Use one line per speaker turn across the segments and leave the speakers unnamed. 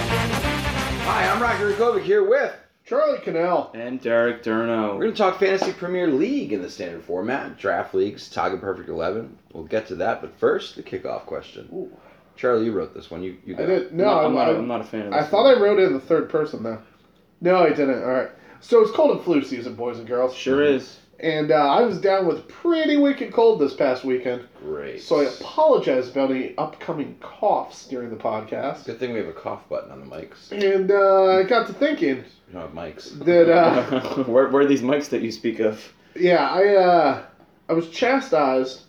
Hi, I'm Roger Rukovic here with.
Charlie Cannell.
And Derek
We're
Durno.
going to talk Fantasy Premier League in the standard format, draft leagues, Target Perfect 11. We'll get to that, but first, the kickoff question. Charlie, you wrote this one. You, you
I
got
did no.
I'm,
I,
not,
I,
I'm not a fan of
I
this.
thought I wrote it in the third person though. No, I didn't. All right. So it's cold and flu season, boys and girls.
Sure is.
And uh, I was down with pretty wicked cold this past weekend,
Great.
so I apologize about any upcoming coughs during the podcast.
Good thing we have a cough button on the mics. We
And uh, I got to thinking
don't have mics.
that uh,
where, where are these mics that you speak of?
Yeah, I uh, I was chastised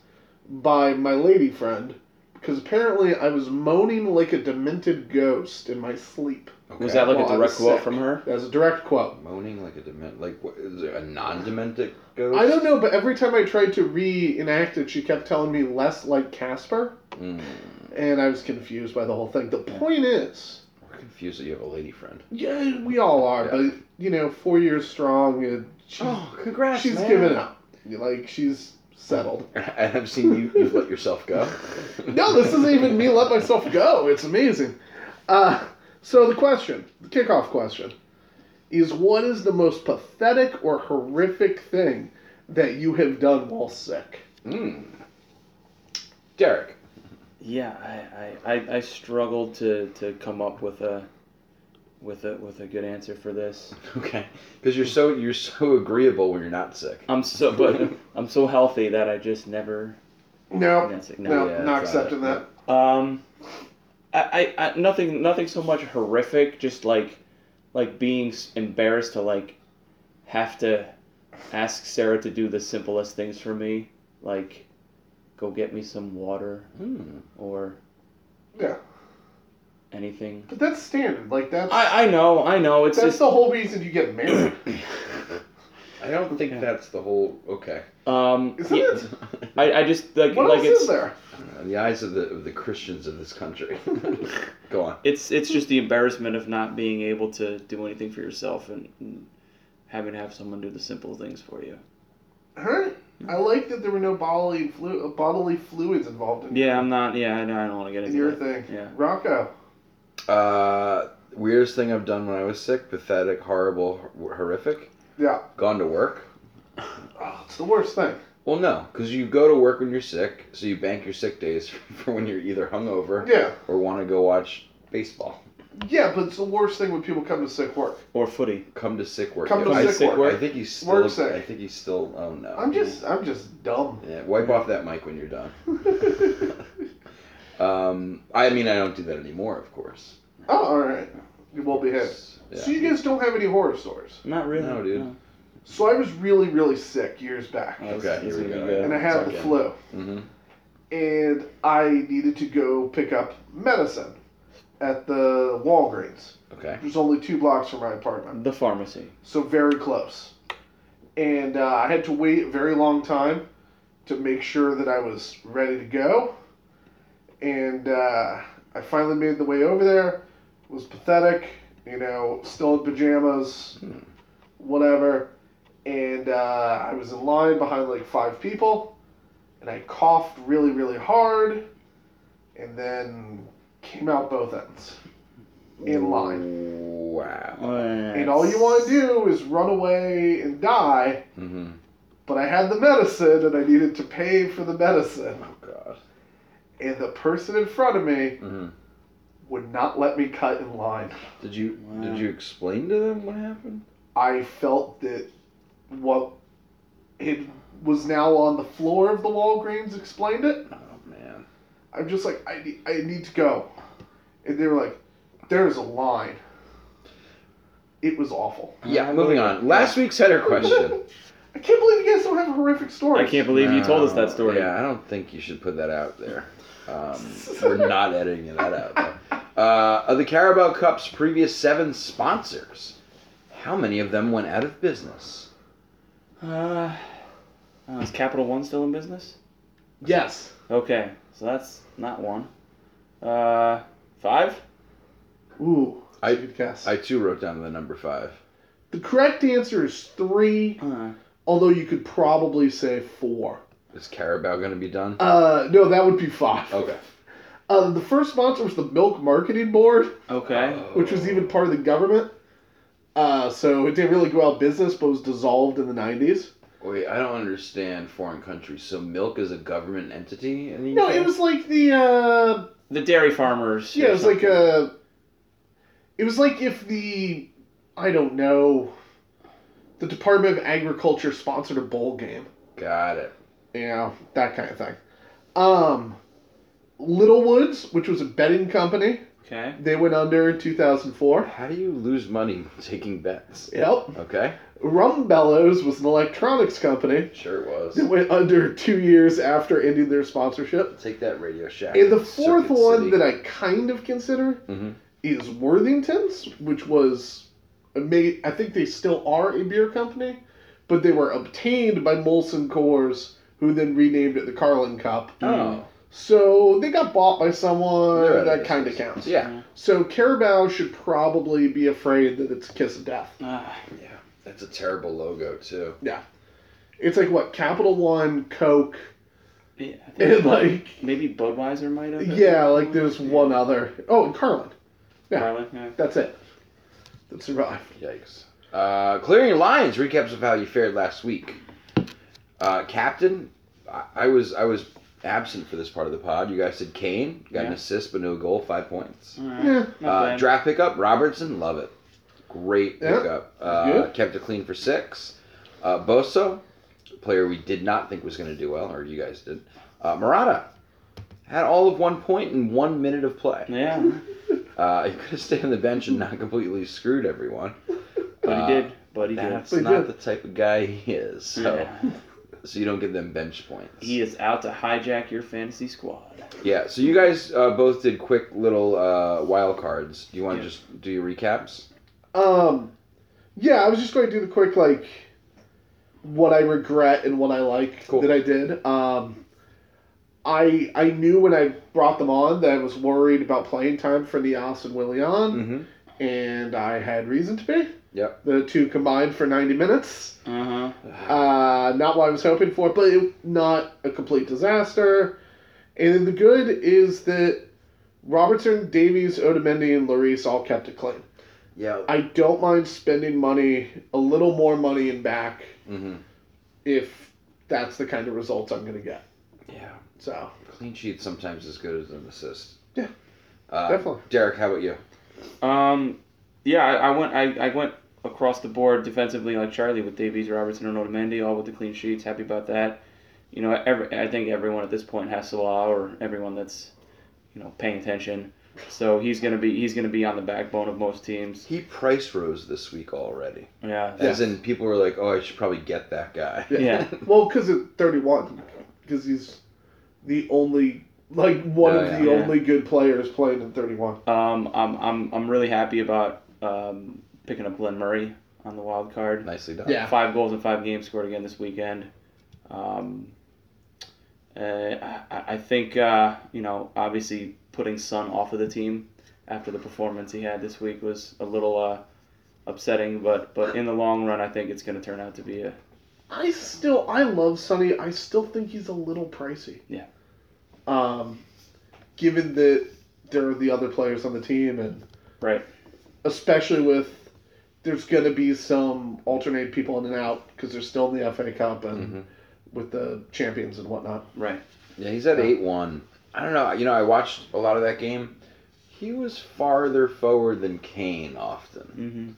by my lady friend because apparently I was moaning like a demented ghost in my sleep.
Okay.
Was that like
Well,
a
I
direct
was
quote
sick.
from her?
That's a direct quote.
moaning like a dement? Like what, is it a non-dementic ghost?
I don't know, but every time I tried to reenact it, she kept telling me less like Casper,
Mm,
and I was confused by the whole thing. The point is,
we're confused that you have a lady friend.
yeah, we all are,
Yeah. Oh,
but you know, four years strong, and she's,
congrats!
Oh, she's given up. Like she's settled.
And I've seen you. You've let yourself go.
No, this isn't even me let myself go. It's amazing. Uh, so the question, the kickoff question, is what is the most pathetic or horrific thing that you have done while sick?
Mm. Derek.
Yeah, I, I, I, I struggled to, to come up with a with a with a good answer for this.
Okay. Because you're so you're so agreeable when you're not sick.
I'm so but I'm so healthy that I just never
No,
that's it.
no,
No,
yeah,
not
it's,
accepting
uh,
that.
um I, I, I nothing nothing so much horrific, just like like being s- embarrassed to like have to ask Sarah to do the simplest things for me, like go get me some water
Hmm.
Mm.
or
Yeah,
anything.
but that's standard. Like that's
I, I know, I know. It's
that's
just
the whole reason you get married.
I don't think
Yeah.
that's the whole. Okay.
um
Isn't
yeah,
it?
I, I just like
What
like
else
it's
is there?
In the eyes of the of the Christians of this country. Go on.
it's it's just the embarrassment of not being able to do anything for yourself and, and having to have someone do the simple things for you.
All right. I like that there were no bodily flu- uh, bodily fluids involved in,
Yeah, I'm not. Yeah, I don't, I don't want to get
in
into
your
that.
thing.
Yeah.
Rocco.
Uh, weirdest thing I've done when I was sick. Pathetic. Horrible. hor- Horrific.
Yeah,
Gone to work.
oh, it's the worst thing.
Well, no, because you go to work when you're sick, so you bank your sick days for when you're either hungover
Yeah,
or want to go watch baseball.
yeah, but it's the worst thing when people come to sick worck.
Or footy.
Come to sick work.
Come to
I,
sick
think-
work.
I think he's still.
Work sick.
I think he's still. Oh no.
I'm just, I'm just dumb. Oh,
Yeah, wipe off that mic when you're done. Um, I mean, I don't do that anymore, of course.
oh, all right, you will be hit.
Yeah.
So you guys don't have any horror stories.
Not really.
No, dude.
So I was really, really sick years back,
Oh, this-
Okay,
this
here we
is
go.
gonna be
and I
good.
had
it's
the
okay.
flu,
Mhm.
and I needed to go pick up medicine at the Walgreens,
Okay.
which was only two blocks from my apartment,
The pharmacy.
so very close. And uh, I had to wait a very long time to make sure that I was ready to go. And uh, I finally made the way over there. It was pathetic, you know, still in pajamas,
Hmm.
whatever. And uh, I was in line behind like five people, and I coughed really, really hard, and then came out both ends in line.
Wow.
And Oh, all you want to do is run away and die,
Mm-hmm.
but I had the medicine and I needed to pay for the medicine.
Oh God.
And the person in front of me
hmm
would not let me cut in line.
Did you
Wow.
did you explain to them what happened?
I felt that what it was now on the floor of the Walgreens explained it.
Oh man.
I'm just like, I need, I need to go. And they were like, there's a line. It was awful.
Yeah, moving on. Last week's header question.
I can't believe you guys don't have horrific
I
stories.
can't believe you told us that story.
Yeah, I don't think you should put that out there. Um, we're not editing that out. Though. Uh, of the Carabao Cup's previous seven sponsors, how many of them went out of business?
Uh, uh, is Capital One still in business?
Yes.
Okay, so that's not one. Uh, five?
Ooh.
I-
good guess.
I too wrote down the number five.
the correct answer is three,
Uh,
although you could probably say four.
Is Carabao going to be done?
Uh, no, that would be five.
Okay.
Uh, the first sponsor was the Milk Marketing Board,
okay.
which was even part of the government. Uh, so it didn't really go out of business, but was dissolved in the 90s.
Wait, I don't understand foreign countries. So milk is a government entity? In the
No,
UK?
it was like the uh,
the dairy farmers.
yeah,
or
it was like
something.
uh It was like if the I don't know, the Department of Agriculture sponsored a bowl game.
Got it.
you know, that kind of thing. Um, Little Woods, which was a betting company,
Okay.
they went under in 2004.
How do you lose money taking bets?
Yep.
Okay.
Rum Bellows was an electronics company.
Sure it was.
They went under two years after ending their sponsorship.
Take that Radio Shack.
And the fourth
Circuit
one
City.
that I kind of consider
Mhm.
is Worthington's, which was, a ma- I think they still are a beer company, but they were obtained by Molson Coors, who then renamed it the Carlin Cup.
Oh.
So they got bought by someone.
They're out of
Uh, that
business.
kind of counts.
Yeah.
So Carabao should probably be afraid that it's a kiss of death.
Uh,
Yeah. That's a terrible logo, too.
It's like what Capital One, Coke,
yeah, I
and
think
like
maybe Budweiser might have.
yeah, like there's one other. Oh, and Carlin. yeah.
Probably, yeah.
That's it. That survived.
Yikes. Uh, clearing your lines recaps of how you fared last week. Uh, Captain, I, I was I was absent for this part of the pod. You guys did Kane, got an
Yeah. Mm-hmm.
assist but no goal, five points.
All right.
Yeah.
Not
Uh,
bad.
draft pickup, Robertson, love it. Great
Yeah,
pickup. Uh,
good.
kept it clean for six. Uh, Boso, player we did not think was going to do well, or you guys did. Uh, Murata had all of one point in one minute of play.
yeah,
Uh, he could have stayed on the bench and not completely screwed everyone.
but
Uh,
he did. But he did.
That's
They
not
did.
the type of guy he is. So,
Yeah.
so you don't give them bench points.
He is out to hijack your fantasy squad.
Yeah. So you guys uh, both did quick little uh, wild cards. Do you want to
Yeah.
just do your recaps?
Um, yeah, I was just going to do the quick like what I regret and what I like
Cool.
that I did. Um, I I knew when I brought them on that I was worried about playing time for Nias and Willian,
Mm-hmm.
and I had reason to be.
Yep.
The two combined for ninety minutes.
Uh huh.
Uh, not what I was hoping for, but it, not a complete disaster. And then the good is that Robertson, Davies, Otamendi, and Lloris all kept it clean.
Yeah.
I don't mind spending money, a little more money in back,
Mm-hmm.
if that's the kind of results I'm going to get.
Yeah.
So,
Clean sheet sometimes as good as an assist.
Yeah.
Uh,
Definitely.
Derek, how about you?
Um, yeah, I, I went. I, I went across the board defensively, like Charlie with Davies, Robertson, and Otamendi, all with the clean sheets. Happy about that. You know, every, I think everyone at this point has Salah or everyone that's, you know, paying attention. So he's gonna be he's gonna be on the backbone of most teams.
He price rose this week already.
Yeah.
As in, people were like, "Oh, I should probably get that guy."
Yeah.
well, because at 31, because he's the only, like, one
Oh,
of
yeah.
the
Yeah.
only good players playing in 31.
Um, I'm I'm I'm really happy about um, picking up Glenn Murray on the wild card.
Nicely done.
Yeah.
Five goals in five games scored again this weekend. Um, uh, I, I think, uh, you know, obviously putting Sun off of the team after the performance he had this week was a little uh, upsetting, but, but in the long run, I think it's going to turn out to be a.
I still, I love Sonny. I still think he's a little pricey.
Yeah.
Um, given that there are the other players on the team, and
Right.
especially with there's going to be some alternate people in and out because they're still in the FA Cup and
Mhm.
with the champions and whatnot.
Right.
Yeah, he's at
Yeah.
eight one. I don't know. You know, I watched a lot of that game. He was farther forward than Kane often.
Mm-hmm.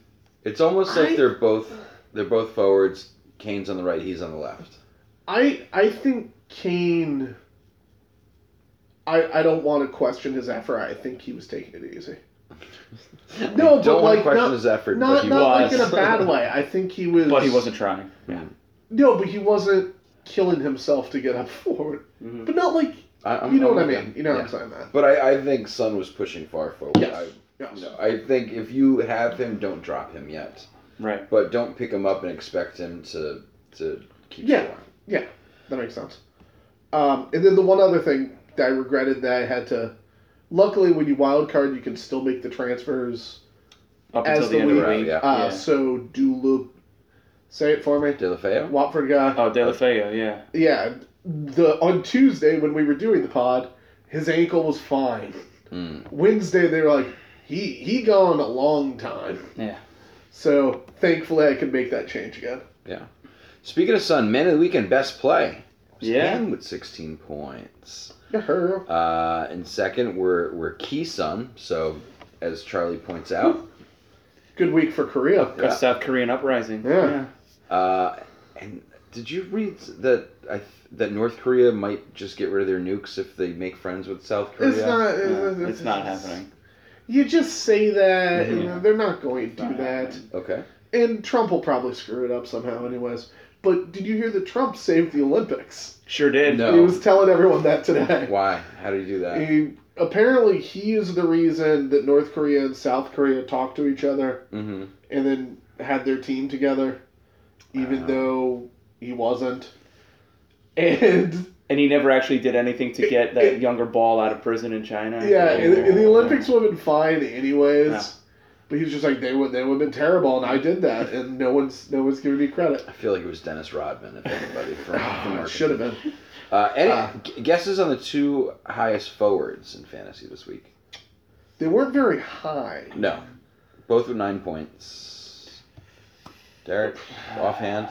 It's almost like
I-
they're both they're both forwards. Kane's on the right, he's on the left.
I I think Kane. I I don't want to question his effort. I think he was taking it easy. No,
I
but,
don't want to
like,
question
not-
his effort, but
Not
he
not like
was.
in a bad way. I think he was.
But he wasn't trying.
Yeah.
No, but he wasn't killing himself to get up forward.
Mhm.
But not like
I, I'm-
you know
I'm
what I
with
mean. You know what
Yeah.
I'm saying? That.
But I, I think Sun was pushing far forward.
Yes.
I,
Yes.
No, I think if you have him, don't drop him yet.
Right.
But don't pick him up and expect him to to keep
Yeah.
scoring.
That makes sense. Um, and then the one other thing that I regretted that I had to. Luckily, when you wild card, you can still make the transfers.
Up
As
until the,
the
end of the
league-
week.
yeah.
Uh,
Yeah.
So do loop. Say it for me.
De La Feo?
Watford guy.
Oh, De La Feo, yeah.
Yeah, the on Tuesday when we were doing the pod, his ankle was fine.
Mm.
Wednesday they were like, he he gone a long time.
Yeah.
So thankfully I could make that change again.
Speaking of Sun, man of the weekend, best play. Was
Yeah.
Pan with 16 points.
Yahoo.
Uh, and second, we're, we're Key Sun. So, as Charlie points out,
Good week for Korea.
A South Korean uprising.
Yeah.
uh, and did you read that I, th- that North Korea might just get rid of their nukes if they make friends with South Korea?
It's not.
Yeah.
it's-
Yeah. It's not happening.
You just say that,
Mhm.
and they're not going
It's
to do
not
that.
happening.
Okay.
And Trump will probably screw it up somehow, anyways. But did you hear that Trump saved the Olympics?
Sure did.
No.
He was telling everyone that today.
Why? How do you do that?
He, apparently, he is the reason that North Korea and South Korea talked to each other
Mm-hmm.
and then had their team together, even
Wow.
though he wasn't. And
And he never actually did anything to get that
It- it-
younger ball out of prison in China.
yeah, and, and the Olympics would have been fine anyways.
Yeah.
But he was just like they would they would have been terrible, and I did that, and no one's no one's giving me credit.
I feel like it was Dennis Rodman, if anybody from, from
Oh,
Arkansas.
should have been.
Uh, any
Uh,
gu- guesses on the two highest forwards in fantasy this week?
They weren't very high.
No, both with nine points. Derek, offhand.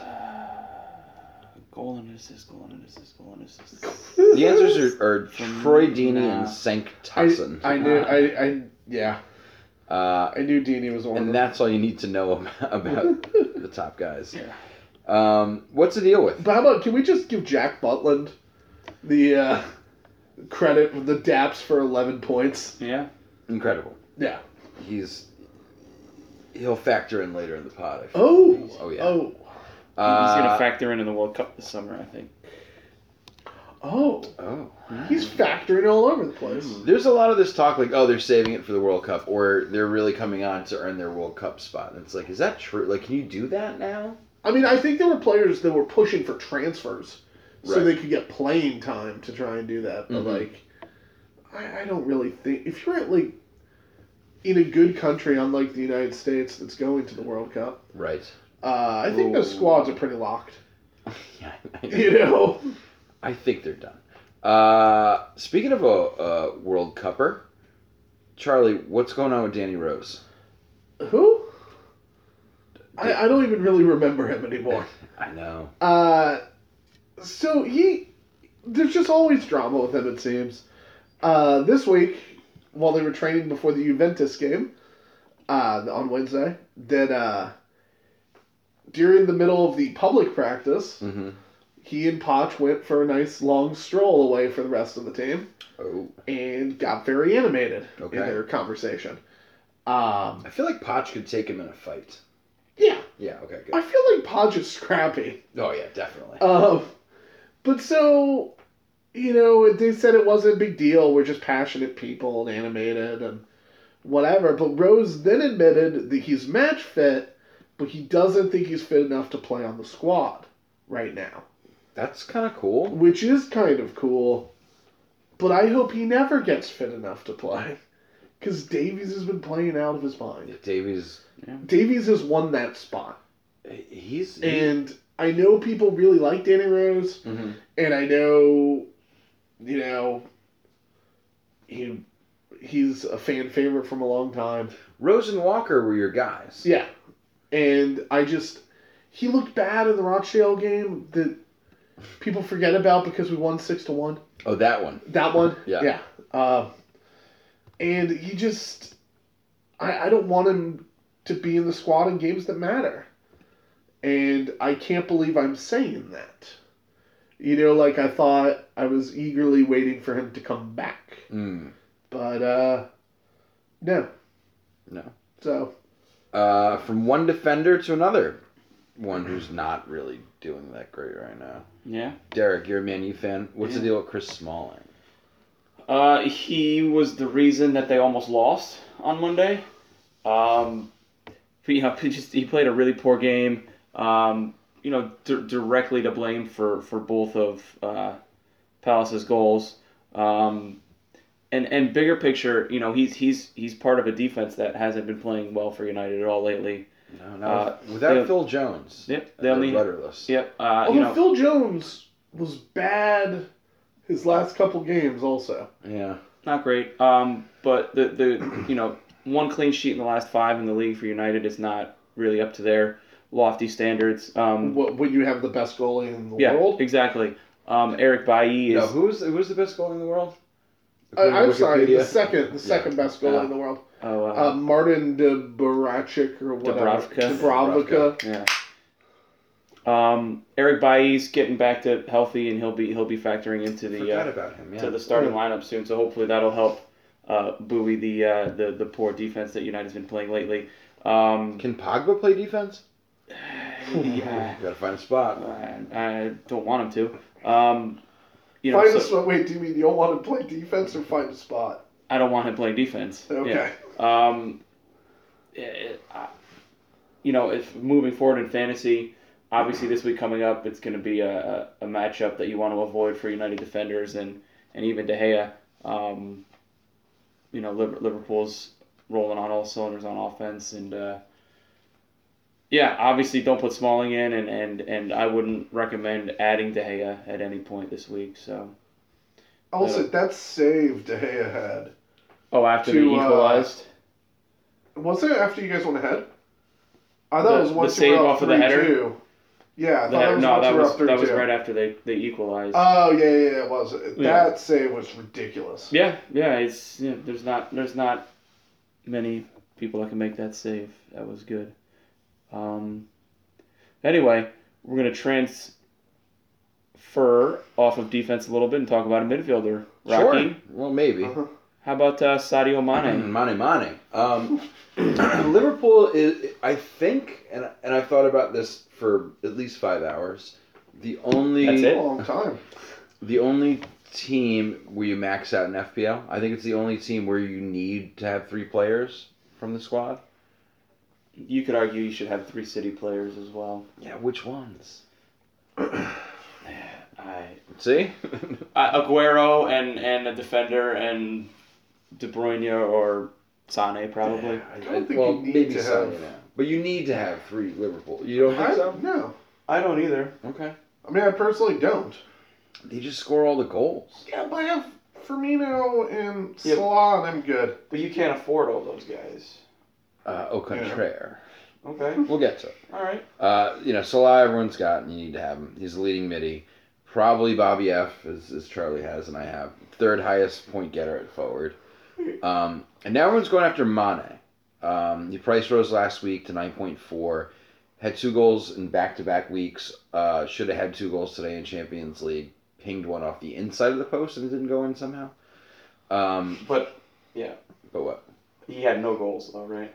Goal and assist, goal and assist, goal and assist.
The answers are, are
From-
Troy Deeney
nah.
and Sank
I,
Tossin.
I knew I, I yeah
Uh,
I knew Dini was one of
and
them.
that's all you need to know about, about the top guys.
Yeah.
Um, what's the deal with?
But how about can we just give Jack Butland the uh, credit with the daps for eleven points?
Yeah.
Incredible.
Yeah.
He's he'll factor in later in the pod. I feel.
Oh.
Oh, yeah.
Oh.
He's going
Uh,
to factor in in the World Cup this summer, I think.
Oh.
oh.
He's factoring all over the place.
There's a lot of this talk like, oh, they're saving it for the World Cup, or they're really coming on to earn their World Cup spot. And it's like, is that true? Like, can you do that now?
I mean, I think there were players that were pushing for transfers so
Right.
they could get playing time to try and do that. But
Mhm.
like, I, I don't really think if you're at like in a good country, unlike the United States, that's going to the World Cup.
Right.
Uh, I think those
Ooh.
squads are pretty locked.
yeah,
You know.
I think they're done. Uh, speaking of a, a World Cupper, Charlie, what's going on with Danny Rose?
Who? I, I don't even really remember him anymore.
I know.
Uh, so he, there's just always drama with him. It seems. Uh, this week, while they were training before the Juventus game, uh, on Wednesday, that uh, during the middle of the public practice,
Mm-hmm.
he and Poch went for a nice long stroll away for the rest of the team
Oh,
and got very animated
Okay.
in their conversation. Um,
I feel like Potch could take him in a fight.
yeah,
Yeah. Okay. Good.
I feel like Podge is scrappy.
Oh yeah, definitely.
Um, but so, you know, they said it wasn't a big deal. We're just passionate people and animated and whatever. But Rose then admitted that he's match fit, but he doesn't think he's fit enough to play on the squad right now,
That's kind of cool.
which is kind of cool. But I hope he never gets fit enough to play. Because Davies has been playing out of his mind.
Davies,
Davies has won that spot.
he's. he-
And I know people really like Danny Rose.
Mhm.
and I know, you know, he he's a fan favorite from a long time.
Rose and Walker were your guys.
Yeah, and I just he looked bad in the Rochdale game that people forget about because we won six to one.
Oh, that one.
That one.
Yeah.
Yeah. Uh, and he just, I, I don't want him to be in the squad in games that matter. And I can't believe I'm saying that. You know, like I thought I was eagerly waiting for him to come back.
Mm.
But, uh, no.
No.
So
Uh, from one defender to another, one who's not really doing that great right now.
Yeah.
Derek, you're a Man U fan. What's the
Yeah.
deal with Chris Smalling?
Uh, he was the reason that they almost lost on Monday. Um, he, you know, he just he played a really poor game. Um, you know, di- directly to blame for for both of uh, Palace's goals. Um, and and bigger picture, you know, he's he's he's part of a defense that hasn't been playing well for United at all lately.
No, no.
Uh,
without
they-
Phil Jones,
Yep, they
they're
only.
rudderless.
Yep. Uh,
although
you know,
Phil Jones was bad his last couple games also.
Yeah.
not great. Um, but the the you know one clean sheet in the last five in the league for United is not really up to their lofty standards. Um,
What when you have the best goalie in the
yeah,
world?
exactly. Um, Eric Bailly
No,
is
who's who's the best goalie in the world?
I, I'm sorry, the
Wikipedia.
second the second best goalie
Yeah.
in the world.
oh, uh,
Uh, Martin Debarachik or whatever.
Dubravka.
Dubravka.
yeah. Um, Eric Bailly's getting back to healthy, and he'll be he'll be factoring into the
Forgot
uh,
about him. Yeah.
to the starting lineup soon. So hopefully that'll help uh, buoy the uh, the the poor defense that United's been playing lately. Um,
Can Pogba play defense?
yeah.
You gotta find a spot.
I, I don't want him to. Um, you know,
Find
so-
a spot. Wait, do you mean you don't want to play defense or find a spot?
I don't want him playing defense.
Okay.
Yeah. Um, it- I- you know, if moving forward in fantasy, obviously this week coming up, it's going to be a, a a matchup that you want to avoid for United defenders and, and even De Gea. Um, you know, Liver- Liverpool's rolling on all cylinders on offense and. Uh, yeah, obviously don't put Smalling in, and, and, and I wouldn't recommend adding De Gea at any point this week. So,
Also,
Yeah.
that save De Gea had.
oh, after
To,
they
uh,
equalized,
Was it after you guys went ahead? I thought
The-
it was
the
once you
save
were up
off of the
three
header?
two. Yeah, I
The
thought
head-
it was
no,
once
that
you were
was
up three
that was
two.
right after they they equalized.
Oh yeah, yeah, yeah, it was.
Yeah.
That save was ridiculous.
yeah, yeah, it's yeah, there's not there's not many people that can make that save. That was good. Um, anyway, we're gonna transfer off of defense a little bit and talk about a midfielder. Rocky,
Sure. Well, maybe.
Uh-huh.
how about uh, Sadio Mane?
Money, money. Um, Liverpool is, I think, and and I've thought about this for at least five hours. The only
That's
A
it?
long time.
the only team where you max out in FPL. I think it's the only team where you need to have three players from the squad.
You could argue you should have three City players as well.
Yeah, which ones?
I
See,
uh, Aguero and and a defender and De Bruyne or Sane probably.
I,
don't think
well,
you need
maybe
to
Sané
have-
now. But you need to have three Liverpool. You don't think
I,
so?
no,
I don't either.
Okay.
I mean I personally don't.
They just score all the goals.
Yeah, but I have Firmino and
Yeah.
Salah, and I'm good.
But you can't afford all those guys.
Uh, au contraire.
Okay.
We'll get to it.
All right.
Uh, you know, Salah everyone's got, and you need to have him. He's the leading midi. Probably Bobby F, as, as Charlie has, and I have. Third highest point getter at forward. Um, and now everyone's going after Mane. Um, the price rose last week to 9.4. Had two goals in back to back weeks. Uh, should have had two goals today in Champions League. Pinged one off the inside of the post and it didn't go in somehow. Um,
But
but what?
he had no goals though, right?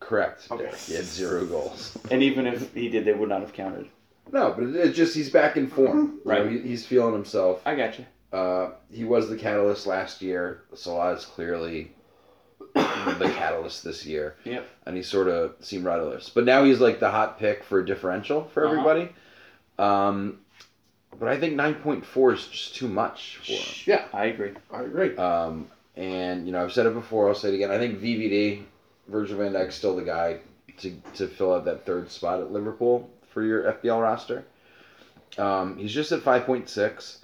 Correct.
Okay.
Derek. He had zero goals.
And even if he did, they would not have counted.
No, but it- it's just he's back in form. You know,
Right.
he- he's feeling himself.
I got you.
Uh, he was the catalyst last year. Salah is clearly the catalyst this year.
Yep.
And he sort of seemed rudderless. But now he's like the hot pick for differential for
Uh-huh.
everybody. Um, but I think 9.4 is just too much for him.
Yeah.
I agree.
I agree.
Um, and, you know, I've said it before, I'll say it again. I think VVD, Virgil van Dijk's still the guy to, to fill out that third spot at Liverpool for your FBL roster. Um, he's just at 5.6.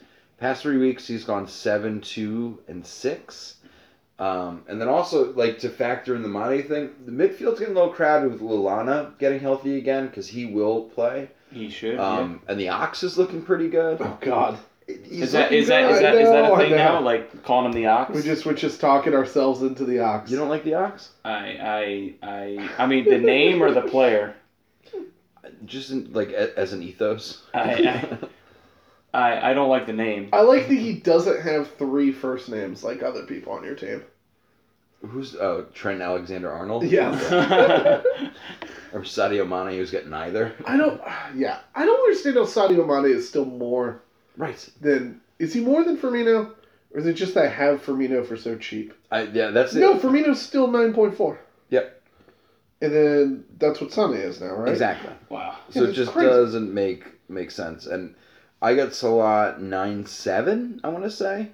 Past three weeks, he's gone 7, 2, and 6. Um, and then also, like, to factor in the money thing, the midfield's getting a little crowded with Lilana getting healthy again because he will play.
He should.
Um, And the Ox is looking pretty good.
Oh God.
He's
Is that
looking
is that
good.
is that is that
I
a thing
know, I know.
now? Like calling him the ox?
We just we're just talking ourselves into the ox.
You don't like the Ox?
I I I I mean the name or the player.
just in, like a, as an ethos.
I- I I don't like the name.
I like that he doesn't have three first names like other people on your team.
Who's oh Trent Alexander Arnold?
Yeah.
Or Sadio Mane, who's got neither.
I don't. Yeah, I don't understand how Sadio Mane is still more
Right.
than. Is he more than Firmino, or is it just I have Firmino for so cheap?
I, yeah, that's
No,
it.
Firmino's still nine point four.
Yep.
And then that's what Sonny is now, right?
Exactly.
wow.
So
Yeah,
it
it's
just uh,
crazy.
doesn't make make sense. And I got Salah nine seven, I want to say.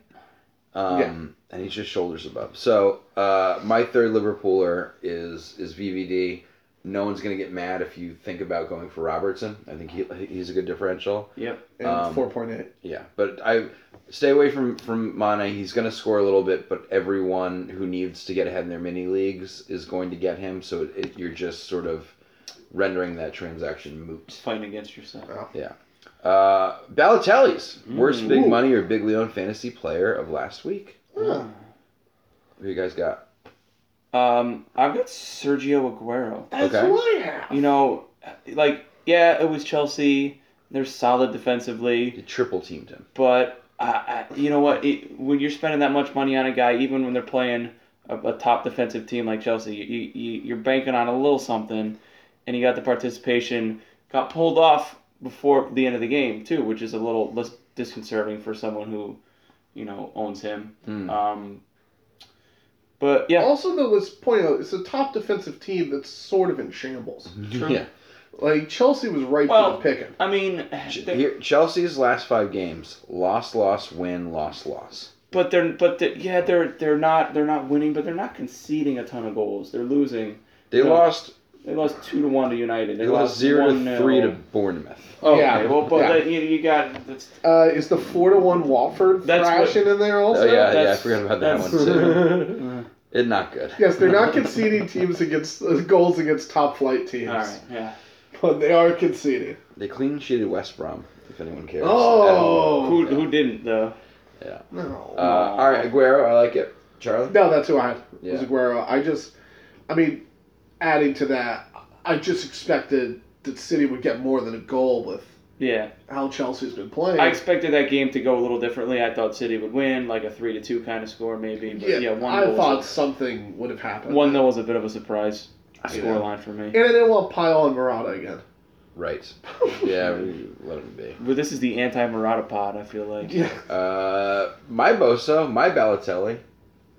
Um, And he's just shoulders above. So uh, my third Liverpooler is is VVD. No one's gonna get mad if you think about going for Robertson. I think he he's a good differential.
Yep.
And
Um,
four point eight.
Yeah, but I stay away from from Mane. He's gonna score a little bit, but everyone who needs to get ahead in their mini leagues is going to get him. So it, it, you're just sort of rendering that transaction moot.
Fighting against yourself.
Uh, Balotelli's worst
Mm.
big
Ooh.
money or big Leon fantasy player of last week. Who you guys got?
Um, I've got Sergio Aguero.
That's
Okay.
what I have.
You know, like yeah, it was Chelsea. They're solid defensively.
You triple teamed him.
But I, I, you know what? It, when you're spending that much money on a guy, even when they're playing a, a top defensive team like Chelsea, you, you, you're banking on a little something, and he got the participation. Got pulled off before the end of the game too, which is a little less disconcerting for someone who, you know, owns him.
Hmm.
Um, but yeah,
Also, though, let's point out it's a top defensive team that's sort of in shambles.
True.
Mm-hmm. Yeah.
Like Chelsea was right
Well-
for the picking.
I mean,
Ch-
they're-
Here, Chelsea's last five games: loss, loss, win, loss, loss.
But they're but they yeah they're they're not they're not winning but they're not conceding a ton of goals they're losing
They
No.
lost.
they lost two to one to United
Hmm. They, lost zero to
1-0.
three to Bournemouth.
oh,
Yeah,
okay. well but
yeah.
that- you, you got that's
Uh, is the four to one Watford
That's what-
thrashing in there also?
Oh yeah, yeah. I
that's-
forgot about that one
that's-
too. It's not good.
yes, they're not conceding teams against uh, goals against top flight teams,
all right yeah
but they are conceding.
They clean sheeted West Brom. If anyone cares.
Oh.
who who didn't though
No,
Uh, all right, Aguero. I like it. Charlie.
no, that's who I had.
Yeah.
Was Aguero. I just, I mean, adding to that, I just expected that City would get more than a goal with
yeah
how Chelsea's been playing.
I expected that game to go a little differently I thought City would win like a three to two kind of score maybe but yeah, one
I
goal
thought
was
something would have
a,
happened.
one though was a bit of a surprise
Yeah.
scoreline for me
And I didn't want Pyle and Murata again.
Right. Yeah, we let him be.
but this is the anti Murata pod I feel like
yeah.
Uh, my Bosa, my Balotelli,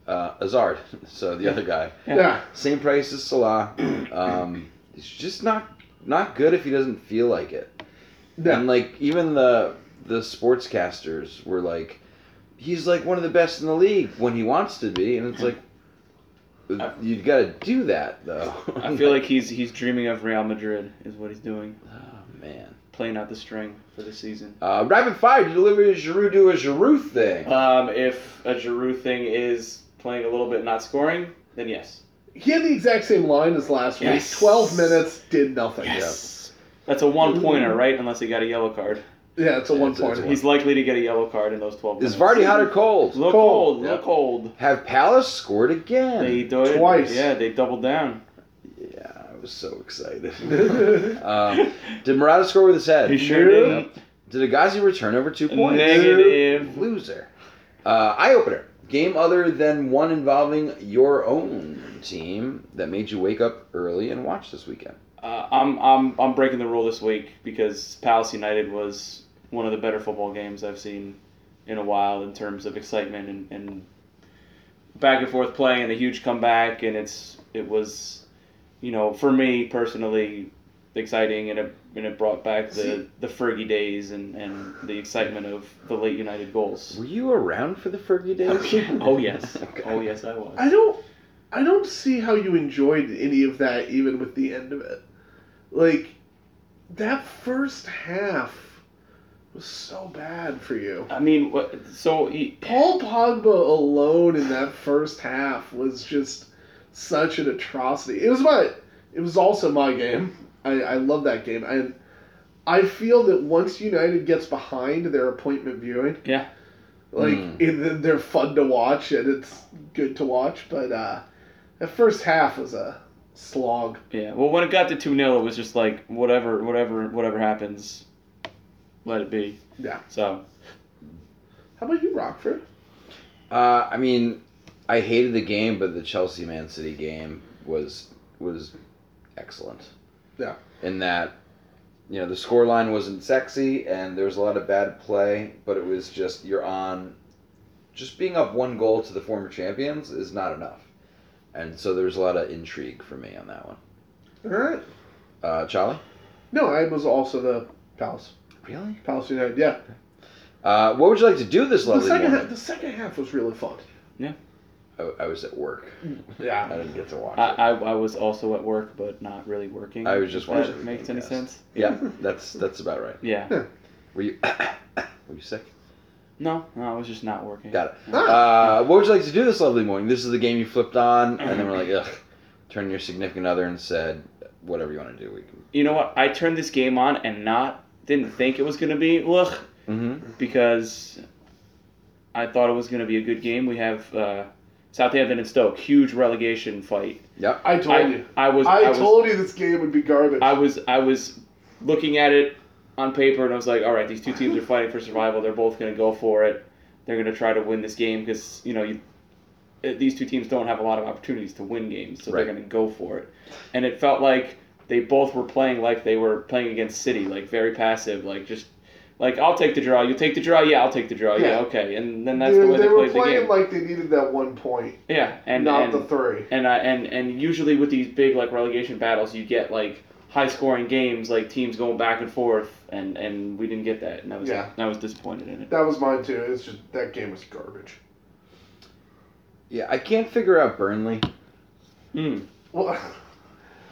uh, Azard. So the other guy,
Yeah.
same price as Salah. Um, he's just not not good if he doesn't feel like it. And
No.
like even the the sportscasters were like, he's like one of the best in the league when he wants to be, and it's like. You got to do that though.
I feel like he's he's dreaming of Real Madrid is what he's doing
oh man.
playing out the string for the season.
Uh, rapid fire to deliver a Giroud do a Giroud thing.
Um, if a Giroud thing is playing a little bit not scoring, then yes.
He had the exact same line as last
Yes.
week. Twelve minutes did nothing.
That's a one pointer, right? Unless he got a yellow card.
Yeah, it's a
Yeah,
one
it's a- it's
point.
a
He's likely to get a yellow card in those twelve minutes.
Is Vardy hot or cold?
Look
Cold.
cold, look
Yeah.
cold.
Have Palace scored again?
They do it.
Twice.
Yeah, they doubled down.
Yeah, I was so excited. um, did Murata score with his head?
He sure
Yeah.
did.
Did Agassi return over two points?
Negative.
Loser. Uh, eye opener. Game other than one involving your own team that made you wake up early and watch this weekend.
Uh, I'm I'm I'm breaking the rule this week because Palace United was one of the better football games I've seen in a while in terms of excitement and, and back and forth play and a huge comeback and it's it was you know for me personally exciting and it and it brought back the the Fergie days and and the excitement of the late United goals.
Were you around for the Fergie
Oh,
days?
yeah. Oh, yes,
Okay.
oh yes, I was.
I don't I don't see how you enjoyed any of that even with the end of it. Like that first half was so bad for you.
I mean, what, so he,
Paul Pogba alone in that first half was just such an atrocity. It was my it was also my game. I, I love that game. And I feel that once United gets behind their appointment viewing,
Yeah.
Like
Hmm.
it, they're fun to watch and it's good to watch, but uh the first half was a slog.
Yeah. Well, when it got to two 0 it was just like whatever, whatever, whatever happens, let it be.
Yeah.
So
How about you, Rockford?
Uh, I mean, I hated the game, but the Chelsea Man City game was was excellent.
Yeah.
In that, you know, the scoreline wasn't sexy, and there was a lot of bad play, but it was just you're on. Just being up one goal to the former champions is not enough, and so there's a lot of intrigue for me on that one.
All right.
Uh, Charlie,
No, I was also the Palace.
really?
Palace United. Yeah.
Uh, what would you like to do this
The
lovely
second half,
morning?
the second half was really fun.
I, I was at work. I
Yeah.
didn't get to watch
I,
it.
I, I was also at work, but not really working.
I was just
If
wondering
That
if
makes
you
any
guessed.
sense?
Yeah, that's that's about right.
Yeah.
Were you were you sick?
No, no, I was just not working.
Got it.
Ah,
Uh, what would you like to do this lovely morning? This is the game you flipped on, and then we're like,
Mm-hmm.
ugh. Turn your significant other and said, whatever you want to do, we can.
You know what? I turned this game on and not didn't think it was gonna be ugh
Mm-hmm.
because I thought it was gonna be a good game. We have uh, Southampton and Stoke, huge relegation fight.
Yep.
I told
I,
you.
I was
I,
was,
told you this game would be garbage.
I was I was looking at it on paper and I was like, all right, these two teams are fighting for survival. They're both going to go for it. They're going to try to win this game because you know you, eh, these two teams don't have a lot of opportunities to win games, so
Right.
they're going to go for it. And it felt like they both were playing like they were playing against City, like very passive, like just like I'll take the draw, you take the draw, yeah, I'll take the draw, yeah,
Yeah.
okay. And then that's
they,
the way
they
they,
were
played the
playing
game.
like they needed that one point,
yeah, and
not
and,
the three.
and I and and usually with these big like relegation battles, you get like high scoring games, like teams going back and forth, and and we didn't get that, and I was
Yeah.
I was disappointed in it.
That was mine too. It's just that game was garbage.
Yeah, I can't figure out Burnley.
Mm.
Well,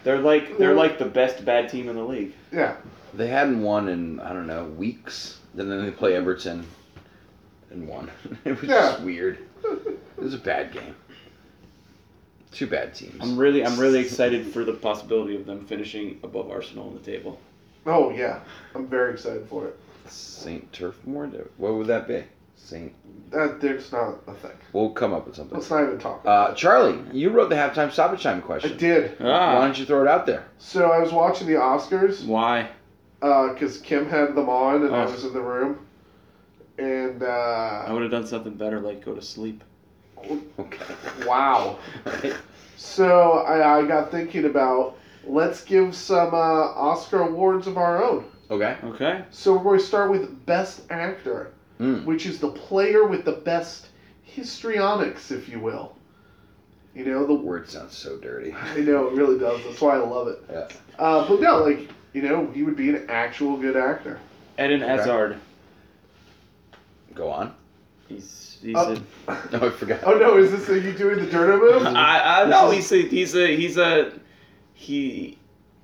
They're like they're like the best bad team in the league.
yeah.
They hadn't won in I don't know weeks. And then they play Everton, and won. it was just
Mm-hmm. Yeah.
weird. It was a bad game. Two bad teams.
I'm really I'm really excited for the possibility of them finishing above Arsenal on the table.
Oh yeah. I'm very excited for it.
Saint Turf Moor. What would that be? Saint.
That there's not a thing.
We'll come up with something.
Let's not even talk.
Uh, Charlie, you wrote the halftime stoppage time
Uh,
I
question.
did.
Why
Ah,
don't you throw it out there?
So I was watching the Oscars
why?
because Kim had them on and I
Oh.
was in the room. And
I
uh,
would have done something better, like go to sleep.
Okay.
wow. So I, I got thinking about let's give some uh, Oscar awards of our own.
Okay.
Okay.
So we're going to start with Best Actor,
Mm.
which is the player with the best histrionics, if you will. You know
The
the.
word sounds so dirty.
I know it really does. That's why I love it.
Yeah.
Uh, but no, like you know, he would be an actual good actor.
Eden Hazard.
Go on.
He's he's
Oh.
a
No, I forgot.
Oh no, is this are you doing the Durna move?
I, I
This
Mm-hmm. no,
is-
he's a, he's a he's a he.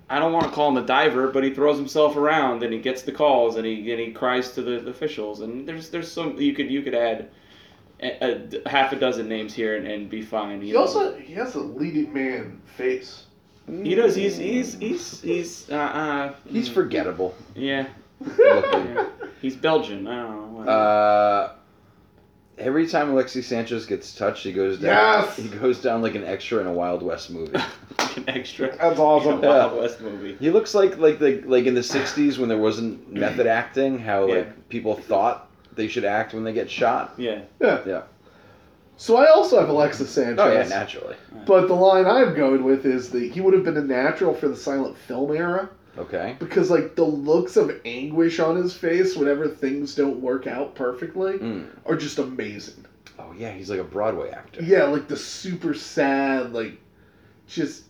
I don't want to call him a diver, but he throws himself around and he gets the calls and he and he cries to the officials and there's there's some you could you could add a, a d- half a dozen names here and, and be fine. you
He
know.
also he has a leading man face.
he does he's he's he's he's uh, uh
He's
mm,
forgettable.
yeah
Looking.
he's Belgian I don't know whatever.
Uh, every time Alexi Sanchez gets touched, he goes down.
Yes!
He goes down like an extra in a Wild West movie.
Like an extra
That's
in a
awesome.
Yeah.
Uh, Wild West movie
he looks like like the like in the '60s when there wasn't method acting, how
Yeah.
like people thought they should act when they get shot.
yeah
So I also have Alexis Sanchez.
Oh yeah, naturally.
But the line I'm going with is that he would have been a natural for the silent film era
Okay.
because like the looks of anguish on his face whenever things don't work out perfectly
Mm.
are just amazing.
Oh yeah, he's like a Broadway actor.
Yeah, like the super sad, like just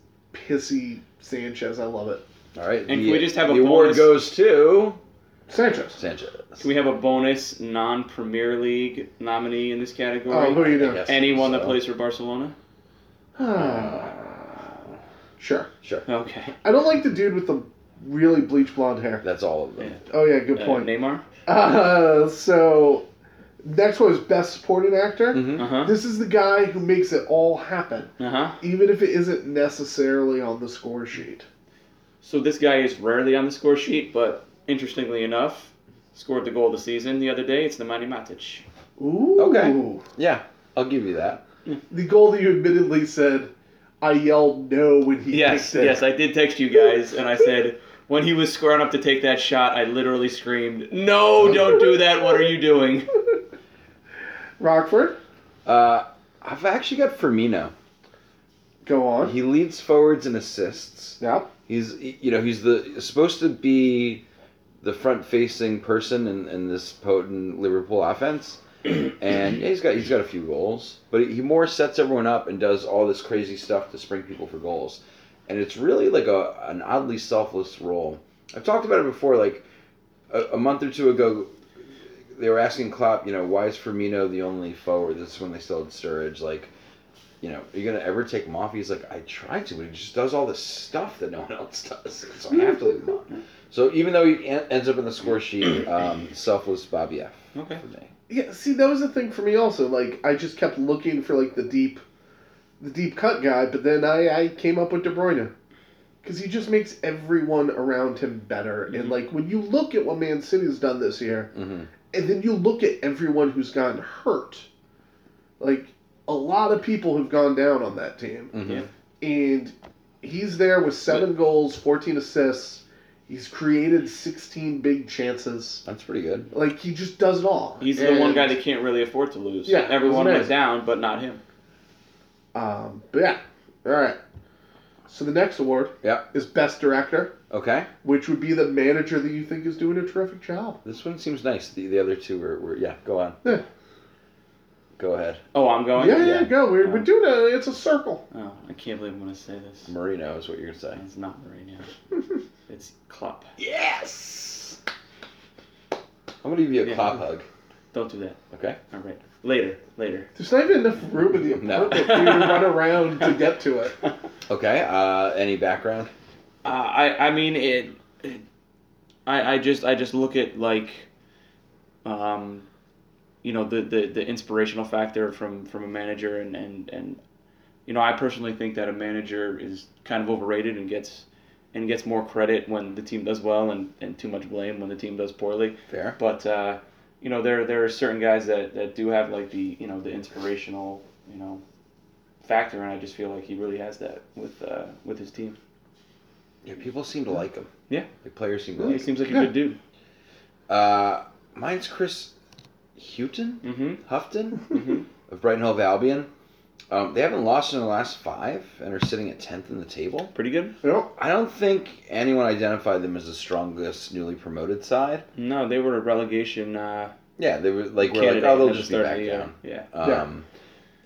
pissy Sanchez. I love it.
All right.
And
the,
can we just have a
the award
bonus-
goes to
Sanchez.
Sanchez.
Can we have a bonus non Premier League nominee in this category
Oh, who are you doing?
Yes.
anyone that
So-
plays for Barcelona
sure.
Sure.
okay
I don't like the dude with the really bleach blonde hair.
That's all of them.
Yeah.
Oh yeah, good
Uh,
point.
Neymar.
Uh, so next one is best supporting actor.
Mm-hmm.
Uh huh.
This is the guy who makes it all happen,
Uh huh.
even if it isn't necessarily on the score sheet.
So this guy is rarely on the score sheet, but interestingly enough, scored the goal of the season the other day. It's Nemanja Matic.
Ooh.
Okay. Yeah, I'll give you that.
The goal that you admittedly said, I yelled no when he
Yes,
kicked it.
yes. I did text you guys, and I said when he was squaring up to take that shot, I literally screamed, "No, don't do that! What are you doing?"
Rockford.
Uh, I've actually got Firmino.
Go on.
He leads forwards and assists.
yeah.
He's you know he's the supposed to be the front facing person in, in this potent Liverpool offense, and yeah, he's got he's got a few goals, but he more sets everyone up and does all this crazy stuff to spring people for goals, and it's really like a an oddly selfless role. I've talked about it before, like a, a month or two ago. They were asking Klopp, you know, why is Firmino the only forward? This is when they still had Sturridge. Like, you know, are you gonna ever take him off? He's like, I try to, but he just does all this stuff that no one else does, so I have to leave him on. So even though he en- ends up in the score sheet, um, selfless Bobby F.
Okay.
For me.
Yeah, see, that was the thing for me also. Like, I just kept looking for like the deep, the deep cut guy, but then I I came up with De Bruyne, because he just makes everyone around him better. And
Mhm.
like when you look at what Man City's done this year,
hmm
and then you look at everyone who's gotten hurt, like a lot of people have gone down on that team,
hmm
Yeah.
and he's there with seven goals, fourteen assists. He's created sixteen big chances.
That's pretty good.
Like he just does it all.
He's the one
And-
guy that can't really afford to lose.
Yeah,
Everyone went
amazing.
down, but not him.
Um, but yeah, all right. So the next award
Yeah.
is Best Director,
Okay.
which would be the manager that you think is doing a terrific job.
This one seems nice. The, the other two were, were yeah. Go on.
Yeah.
Go ahead.
Oh, I'm
Yeah,
going.
yeah,
yeah.
go. We're,
Yeah.
we're doing a, it's a circle.
Oh, I can't believe I'm gonna say this.
Marino is what you're gonna say.
It's not Mourinho. It's Klopp.
Yes. I'm gonna give you a
Yeah.
cop hug.
Don't do that.
Okay.
All right. Later. Later.
There's not even enough room in the
No.
apartment for you to run around to get to it.
uh,
Okay. Uh, any background?
I I mean it, it. I I just I just look at like, um, you know the the, the inspirational factor from from a manager and and and, you know I personally think that a manager is kind of overrated and gets. And gets more credit when the team does well, and, and too much blame when the team does poorly.
Fair.
But uh, you know, there there are certain guys that, that do have like the you know the inspirational you know factor, and I just feel like he really has that with uh, with his team.
Yeah, people seem to like him.
Yeah.
The players seem to
He
like him.
seems like a
Yeah.
good dude.
Uh, mine's Chris Houghton,
Mm-hmm.
Houghton
hmm
of Brighton Hove Albion. Um, they haven't lost in the last five and are sitting at tenth in the table.
Pretty good.
Yep.
I don't think anyone identified them as the strongest newly promoted side.
No, they were a relegation uh,
Yeah, they were like we're like
candidate
oh they'll
at the
just be
start of
back
the year.
down.
Yeah.
Yeah.
Um,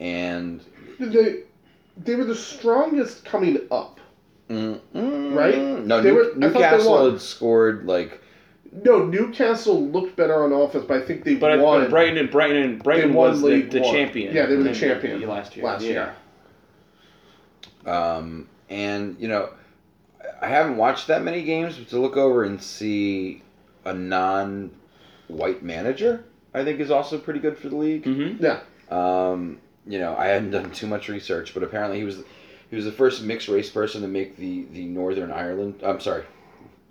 and
They, they were the strongest coming up.
mm, mm,
Right?
No,
They
New-
were- I thought they
Newcastle
won.
had scored like
No, Newcastle looked better on offense, but I think they
But, I,
won.
but Brighton and Brighton and Brighton
won
was the,
League
the
One.
champion.
Yeah, they were the
in-
champion
last year.
last
yeah.
year.
Um, and you know, I haven't watched that many games, but to look over and see a non-white manager, I think is also pretty good for the league.
Mm-hmm.
Um, you know, I hadn't done too much research, but apparently he was he was the first mixed race person to make the the Northern Ireland. I'm sorry,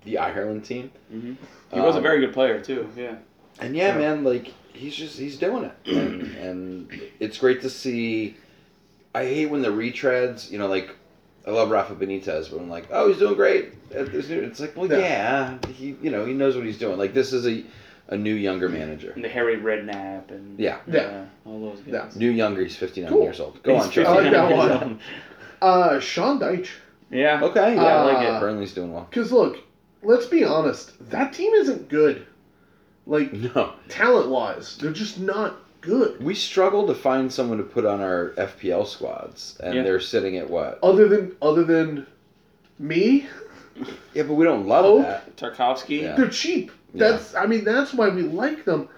the Ireland team.
hmm He was a
Um,
very good player too. Yeah.
and yeah,
Yeah.
man, like he's just he's doing it, and, and it's great to see. I hate when the retreads, you know, like I love Rafa Benitez, but I'm like, oh, he's doing great. at this new-" It's like, well, yeah, he, you know, he knows what he's doing. Like this is a, a new younger manager,
And the Harry Redknapp and
Yeah.
uh,
Yeah.
all those guys.
Yeah.
new younger. He's 59
Cool.
years old. Go
He's
on,
I
Charlie.
like that
59 years
one.
old.
Uh, Sean Deitch.
Yeah.
Okay, yeah, I like it.
Uh,
Burnley's doing well.
Because look, let's be honest, that team isn't good. Like
No,
talent wise, they're just not good.
we struggle to find someone to put on our FPL squads, and
Yeah.
they're sitting at what?
Other than other than me,
Yeah, but we don't love
Oh.
that.
Tarkovsky.
Yeah.
they're cheap.
Yeah.
That's I mean that's why we like them,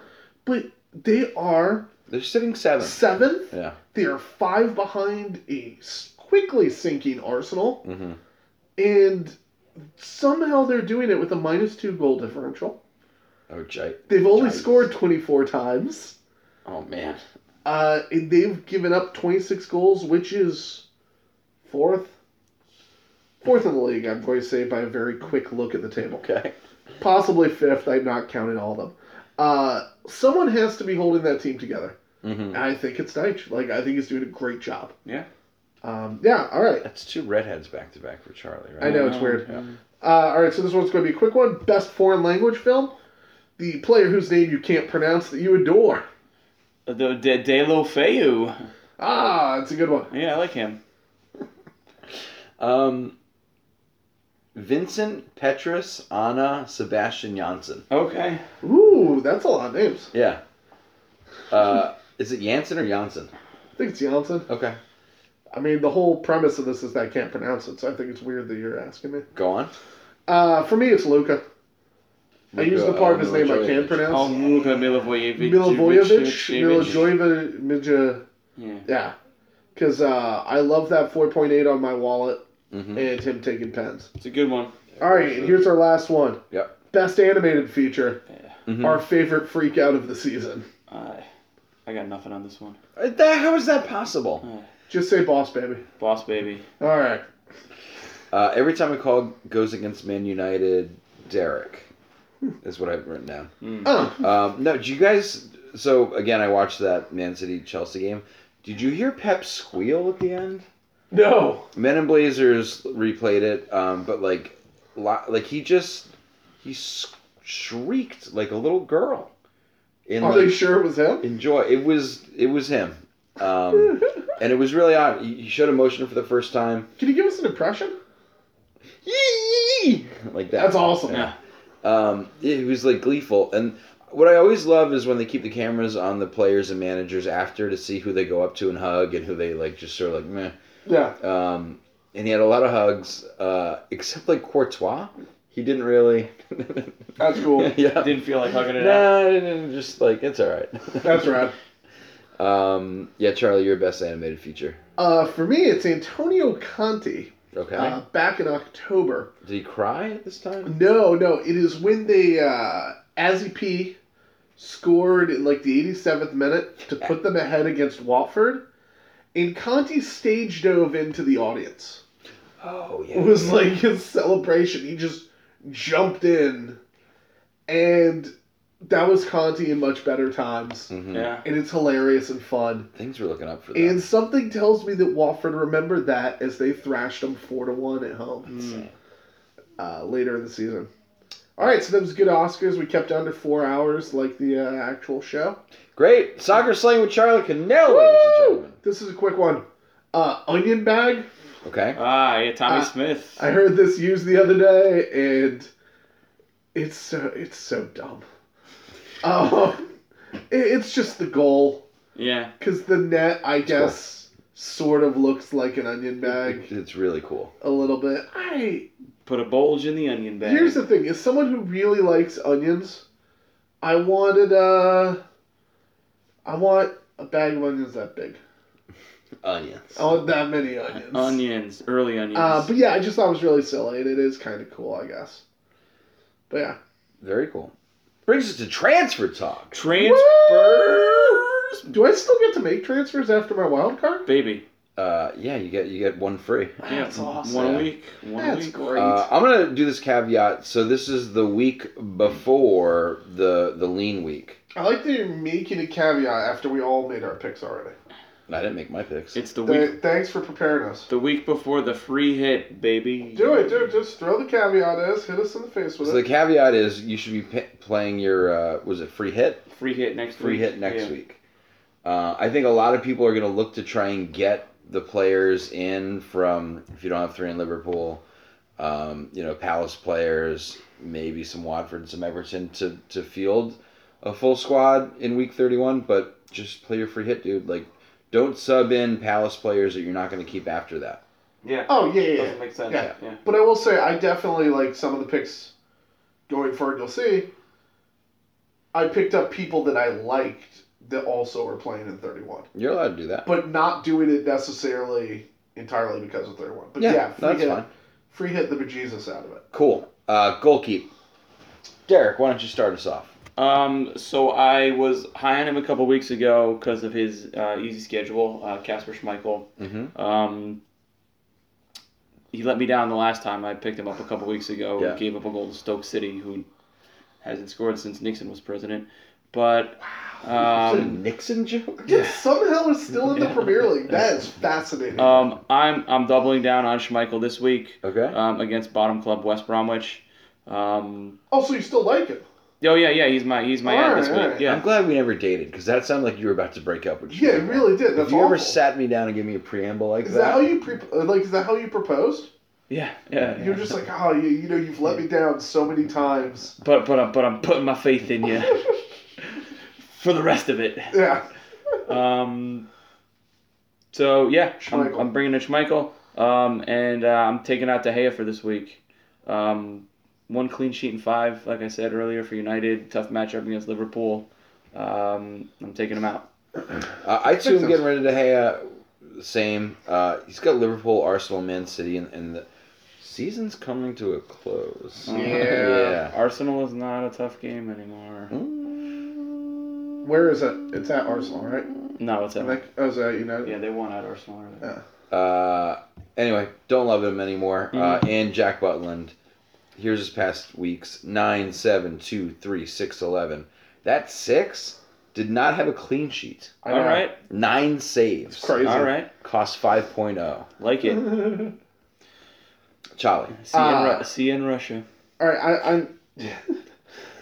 but they are
They're sitting seventh.
seventh.
Yeah.
They are five behind a s- quickly sinking Arsenal,
Mm-hmm.
and somehow they're doing it with a minus two goal differential.
Oh, Jake.
They've only
Yikes.
scored twenty four times.
Oh man.
Uh, and they've given up 26 goals, which is fourth. Fourth in the league, I'm going to say by a very quick look at the table.
Okay.
Possibly fifth. I'm not counting all of them. Uh, someone has to be holding that team together.
Mm-hmm.
And I think it's Deitch. Like I think he's doing a great job.
Yeah.
Um, yeah. All right.
That's two redheads back to back for Charlie, right?
I know, it's weird. Uh, all right. So this one's going to be a quick one. Best foreign language film. The player whose name you can't pronounce that you adore.
The De, De Lo Feu.
Ah, it's a good one.
Yeah, I like him.
Um, Vincent, Petrus, Anna, Sebastian Janssen.
Okay.
Ooh, that's a lot of names.
Yeah. Uh, is it Janssen or Janssen?
I think it's Janssen.
Okay.
I mean, the whole premise of this is that I can't pronounce it, so I think it's weird that you're asking me.
Go on.
Uh, for me, it's Luca. I use the part of his name I can't pronounce.
Oh, Luka Milivojevic. Milivojevic.
Milivojevic, Milivojevic,
Yeah.
yeah, because uh, I love that 4.8 on my wallet
Mm-hmm.
hmm
and him taking pens.
It's a good one.
All right, and here's our last one.
Yep.
Best animated feature,
Mm-hmm.
Mhm.
our favorite freak out of the season.
I, I got nothing on this one.
Uh, that- how is that possible?
Just say boss, baby.
Boss Baby.
All right.
Uh, every time I call goes against Man United, Derek
Hmm.
is what I've written down.
Mm.
Oh,
Um, no, do you guys? So again, I watched that Man City Chelsea game. Did you hear Pep squeal at the end?
no.
Men and Blazers replayed it, um, but like, lo- like he just he s- shrieked like a little girl. In
Are
like,
they sure it was him?
enjoy. It was it was him, um, and it was really odd. He he showed emotion for the first time,
Can you give us an impression?
like that.
That's awesome.
Yeah.
Um, it was like gleeful, and what I always love is when they keep the cameras on the players and managers after to see who they go up to and hug and who they like just sort of like meh.
Yeah.
Um, and he had a lot of hugs, uh, except like Courtois. He didn't really.
That's cool.
yeah.
Didn't feel like hugging it out.
no, no, no, no, just like it's all right.
That's rad.
Um, yeah, Charlie, your best animated feature.
Uh, for me, it's Antonio Conti.
Okay.
Uh, back in October.
Did he cry at this time?
No, no, it is when they uh, Azzy P scored in like the 87th minute to put them ahead against Watford, and Conti stage dove into the audience.
Oh yeah.
It was like his celebration. He just jumped in, and that was Conti in much better times.
Mhm.
Yeah.
And it's hilarious and fun.
Things were looking up for that.
And something tells me that Watford remembered that as they thrashed them four to one at home
Mm.
uh, later in the season. All right, so that was good Oscars. We kept under four hours, like the uh, actual show.
Great soccer slang with Charlie Cannell, ladies and gentlemen.
This is a quick one. Uh, onion bag.
Okay.
Ah, yeah, Tommy
Uh,
Smith.
I heard this used the other day, and it's so it's so dumb. Um, it- it's just the goal
yeah.
because the net, I guess, sort of looks like an onion bag
It- It's really cool.
a little bit. I
Put a bulge in the onion bag.
here's the thing: as someone who really likes onions, I wanted uh, I want a bag of onions that big.
Onions.
I want that many onions.
Onions, early onions.
Uh, but yeah, I just thought it was really silly, and it is kind of cool, I guess. But yeah.
Very cool. Brings us to transfer talk.
Transfers,
Do I still get to make transfers after my wild card?
baby.
Uh, yeah, you get you get one free.
Yeah,
That's awesome.
One
Yeah.
week. One
That's
week.
great.
Uh, I'm gonna do this caveat. So this is the week before the the lean week.
I like that you're making a caveat after we all made our picks already.
I didn't make my picks.
It's the
Th-
week.
thanks for preparing us.
The week before the free hit, baby.
Do it, dude. Just throw the caveat at us. Hit us in the face with
so the
it.
caveat is you should be p- playing your uh, was it free hit
Free hit next
free
week.
hit next
Yeah.
week. Uh, I think a lot of people are going to look to try and get the players in from if you don't have three in Liverpool, um, you know, Palace players, maybe some Watford, some Everton to to field a full squad in week thirty one. But just play your free hit, dude. Like, don't sub in Palace players that you're not going to keep after that.
Yeah.
Oh yeah, yeah,
Doesn't
yeah.
make sense.
Yeah.
yeah.
But I will say, I definitely like some of the picks going forward. You'll see. I picked up people that I liked that also are playing in 31,
You're allowed to do that.
but not doing it necessarily entirely because of 31. But yeah,
Yeah,
free,
that's
hit,
fine.
free hit the bejesus out of it.
Cool. Uh, goalkeep. Derek, why don't you start us off?
Um, so I was high on him a couple weeks ago because of his uh, easy schedule, uh, Casper Schmeichel.
Mm-hmm.
Um, he let me down the last time I picked him up a couple weeks ago.
Yeah.
Gave up a goal to Stoke City, who hasn't scored since Nixon was president. But um,
Nixon joke.
Yet somehow is still in the
Yeah.
Premier League. That is fascinating.
um, I'm I'm doubling down on Schmeichel this week
Okay.
um, against bottom club West Bromwich. Um,
also, you still like him.
Oh yeah, yeah. He's my he's my
All
ad
right,
this
all
week.
right.
Yeah.
I'm glad we never dated because that sounded like you were about to break up with
Yeah, it really did. That's
If you ever
awful.
sat me down and gave me a preamble like
Is that how you pre- uh, like? Is that how you proposed?
yeah, yeah, yeah.
You're just like, oh, you, you know, you've let me down so many times.
But but I'm but I'm putting my faith in you for the rest of it.
Yeah.
Um. So yeah, I'm,
Schmeichel.
I'm bringing in Schmeichel, um, and uh, I'm taking out De Gea for this week. Um, one clean sheet in five, like I said earlier, for United. Tough matchup against Liverpool. Um, I'm taking him out.
Uh, I too am
sense.
getting rid of De Gea. the uh, Same. Uh, he's got Liverpool, Arsenal, Man City, and, and the season's coming to a close.
Oh,
Uh,
Yeah.
Arsenal is not a tough game anymore.
Mm.
Where is it? It's at Arsenal, right?
No, it's at
Like, oh, is that United?
yeah, they won at Arsenal. Earlier.
Uh, anyway, don't love him anymore.
Mhm.
Mm-hmm.
Uh, and Jack Butland. Here's his past weeks: nine, seven, two, three, six, eleven. That six did not have a clean sheet.
I
All
know.
right,
Nine saves.
It's crazy.
all right,
Cost 5.0.
like it.
Charlie.
See you, in
Uh,
Ru- see you in Russia.
All right, I, I'm.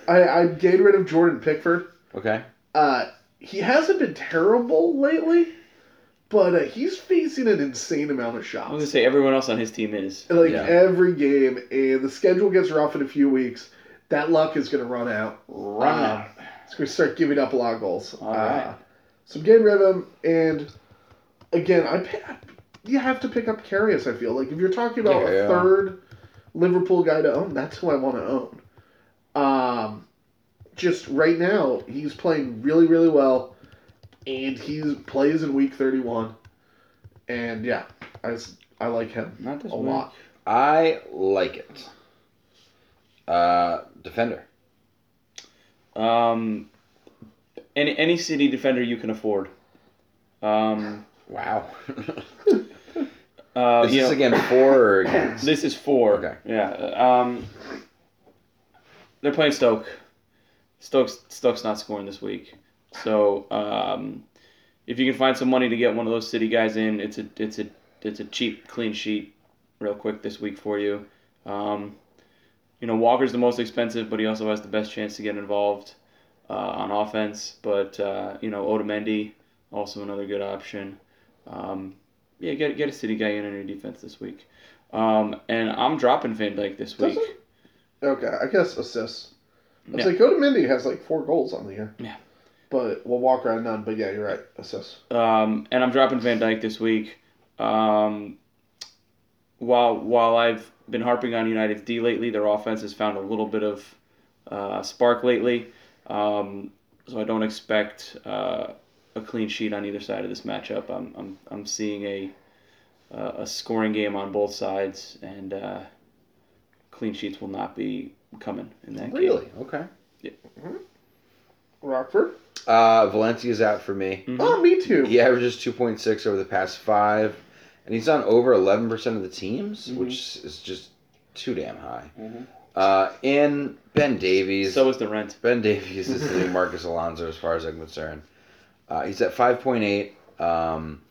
I, I'm getting rid of Jordan Pickford.
Okay.
Uh, he hasn't been terrible lately, but uh, he's facing an insane amount of
I was gonna
shots.
say everyone else on his team is.
Like
Yeah.
every game, and the schedule gets rough in a few weeks. That luck is going to run out.
Run
Uh, It's going to start giving up a lot of goals. Uh,
All right.
So I'm getting rid of him, and again, I pi- you have to pick up Karius. I feel like if you're talking about
Yeah,
a
yeah.
third Liverpool guy to own, that's who I want to own. Um, just right now, he's playing really, really well, and he plays in week 31, and yeah, I s- I like him
Not this
a
week.
lot.
I like it. Uh, defender.
Um, any any city defender you can afford. Um,
Wow.
uh,
Oh,
Is
you
this
know,
again four or against?
this is four.
Okay.
Yeah. Um, they're playing Stoke. Stoke's Stoke's not scoring this week, so um, if you can find some money to get one of those city guys in, it's a it's a it's a cheap clean sheet, real quick this week for you. Um, you know Walker's the most expensive, but he also has the best chance to get involved uh, on offense. But uh, you know Otamendi, also another good option. Um, yeah, get get a city guy in on your defense this week. Um, and I'm dropping Van Dyke this week.
Doesn't- Okay, I guess assists. I was
Yeah.
like, Otamendi has like four goals on the year.
Yeah.
But well, Walker had none. But yeah, you're right. Assists.
Um, and I'm dropping Van Dyke this week. Um, while while I've been harping on United's D lately, their offense has found a little bit of uh, spark lately. Um, so I don't expect uh, a clean sheet on either side of this matchup. I'm I'm, I'm seeing a uh, a scoring game on both sides, and uh, clean sheets will not be coming in that game.
Really? Okay.
Rockford.
Uh, Valencia's out for me.
Mhm.
Oh, me too.
He averages 2.6 over the past five, and he's on over 11% of the teams,
Mm-hmm.
which is just too damn high.
Mhm.
Uh, and Ben Davies.
So is the rent.
Ben Davies is the new Marcus Alonso, as far as I'm concerned. Uh, he's at 5.8. Um,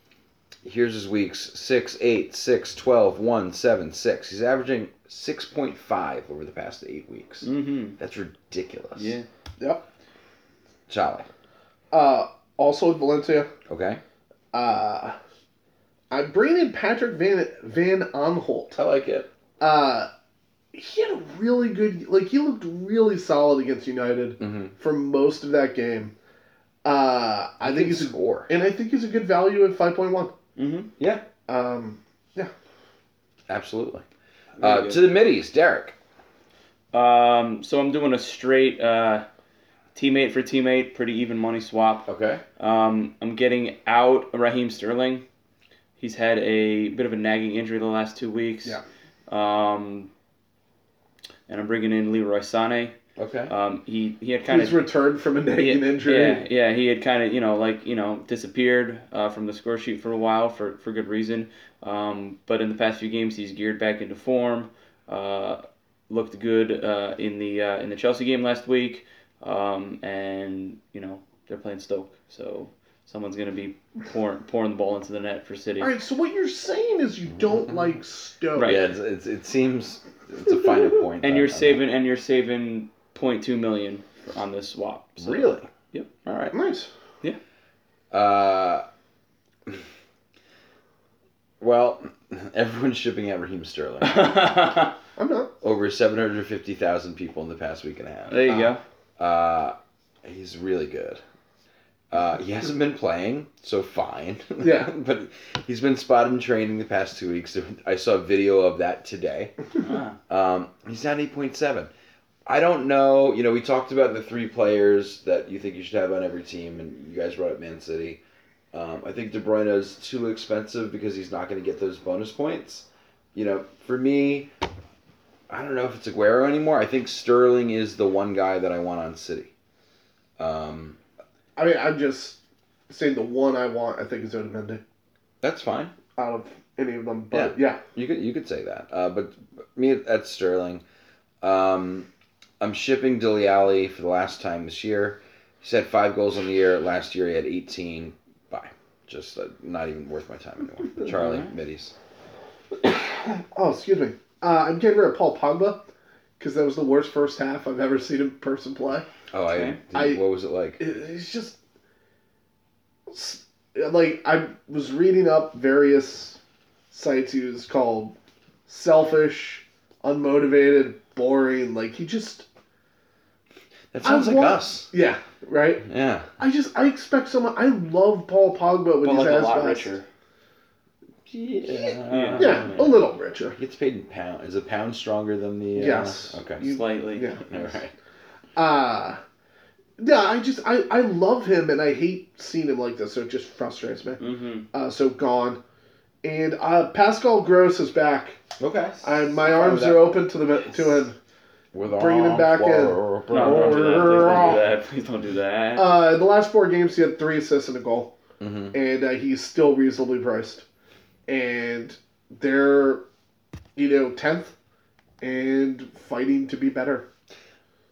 here's his weeks 6, 8, 6, 12, 1, 7, 6. He's averaging 6.5 over the past eight weeks.
Mm-hmm.
That's ridiculous.
Yeah.
Yep.
Charlie.
Uh, also with Valencia,
Okay.
uh, I'm bringing in Patrick Van Van Onholt.
I like it.
Uh, he had a really good, like he looked really solid against United
Mm-hmm.
for most of that game. Uh, I think he's, a,
score.
and I think he's a good value at five point one.
Mm-hmm.
Yeah,
Um,
absolutely.
Very
Uh,
good.
to the middies, Derek.
Um, so I'm doing a straight uh, teammate for teammate, pretty even money swap.
Okay.
Um, I'm getting out Raheem Sterling. He's had a bit of a nagging injury the last two weeks.
Yeah.
Um, and I'm bringing in Leroy Sané.
Okay.
Um, he he had kind
he's
of
returned from a nagging injury.
yeah, yeah, he had kind of you know like you know disappeared uh, from the score sheet for a while for for good reason. Um, but in the past few games, he's geared back into form. Uh, looked good uh, in the uh, in the Chelsea game last week, um, and you know they're playing Stoke, so someone's gonna be pouring pouring the ball into the net for City.
All right. So what you're saying is you don't like Stoke.
Right.
Yeah, it's, it's, it seems it's a finer point.
And
on-
you're
on that.
saving and you're saving point two million on this swap. So-
Really?
Yep. All right.
Nice.
Uh, well, everyone's shipping out Raheem Sterling.
I'm not.
Over 750,000 people in the past week and a half.
there you go. Ah.
Uh, he's really good. Uh, he hasn't been playing, so fine.
Yeah.
but he's been spotted in training the past two weeks. I saw a video of that today.
Ah.
Um, he's at 8.7. I don't know. You know, we talked about the three players that you think you should have on every team, and you guys brought up Man City. Um, I think De Bruyne is too expensive because he's not going to get those bonus points. You know, for me, I don't know if it's Aguero anymore. I think Sterling is the one guy that I want on City. Um,
I mean, I'm just saying the one I want. I think is Odemende
that's fine.
out of any of them. But yeah,
You could you could say that. Uh, but me that's Sterling. Um, I'm shipping Dele Alli for the last time this year. He's had five goals on the year. Last year he had 18. Bye. Just uh, not even worth my time anymore. Charlie
Alright.
Middies.
Oh, excuse me. Uh, I'm getting rid of Paul Pogba because that was the worst first half I've ever seen a person play.
Oh, I,
Okay.
did-
I-
What was it like?
It, it's just s- like I was reading up various sites he was called selfish, unmotivated, boring. Like he just
That sounds
I
like
want-
us.
yeah right.
Yeah.
I just I expect someone. I love Paul Pogba when
But
he's
like
at
a
his
lot
best.
richer.
Yeah.
Yeah, Oh. a little richer.
He gets paid in pound. Is a pound stronger than the? Uh,
Yes.
Okay.
You-
Slightly.
yeah.
All right.
Uh yeah, I just I, I love him and I hate seeing him like this, so it just frustrates me.
Mm-hmm.
Uh, so gone. And uh, Pascal Gross is back.
Okay.
I, my arms are open to the to him.
With
bringing him back in.
No, don't do that. Please don't do that. Please don't do that.
Uh, in the last four games, he had three assists and a goal,
hmm
and uh, he's still reasonably priced. And they're, you know, tenth, and fighting to be better.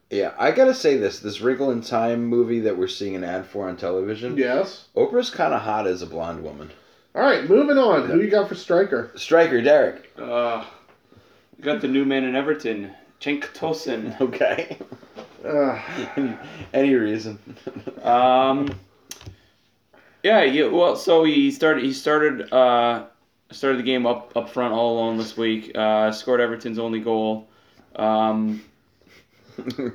Yeah, I gotta say this: this Wrinkle in Time movie that we're seeing an ad for on television.
Yes.
Oprah's kind of hot as a blonde woman.
All right, moving on. Who you got for striker?
Striker Derek.
Uh, we got the new man in Everton, Cenk Tosin.
Okay.
Uh,
any, any reason?
Um, yeah, yeah. Well, so he started. He started. Uh, started the game up up front all alone this week. Uh, scored Everton's only goal. Um, uh,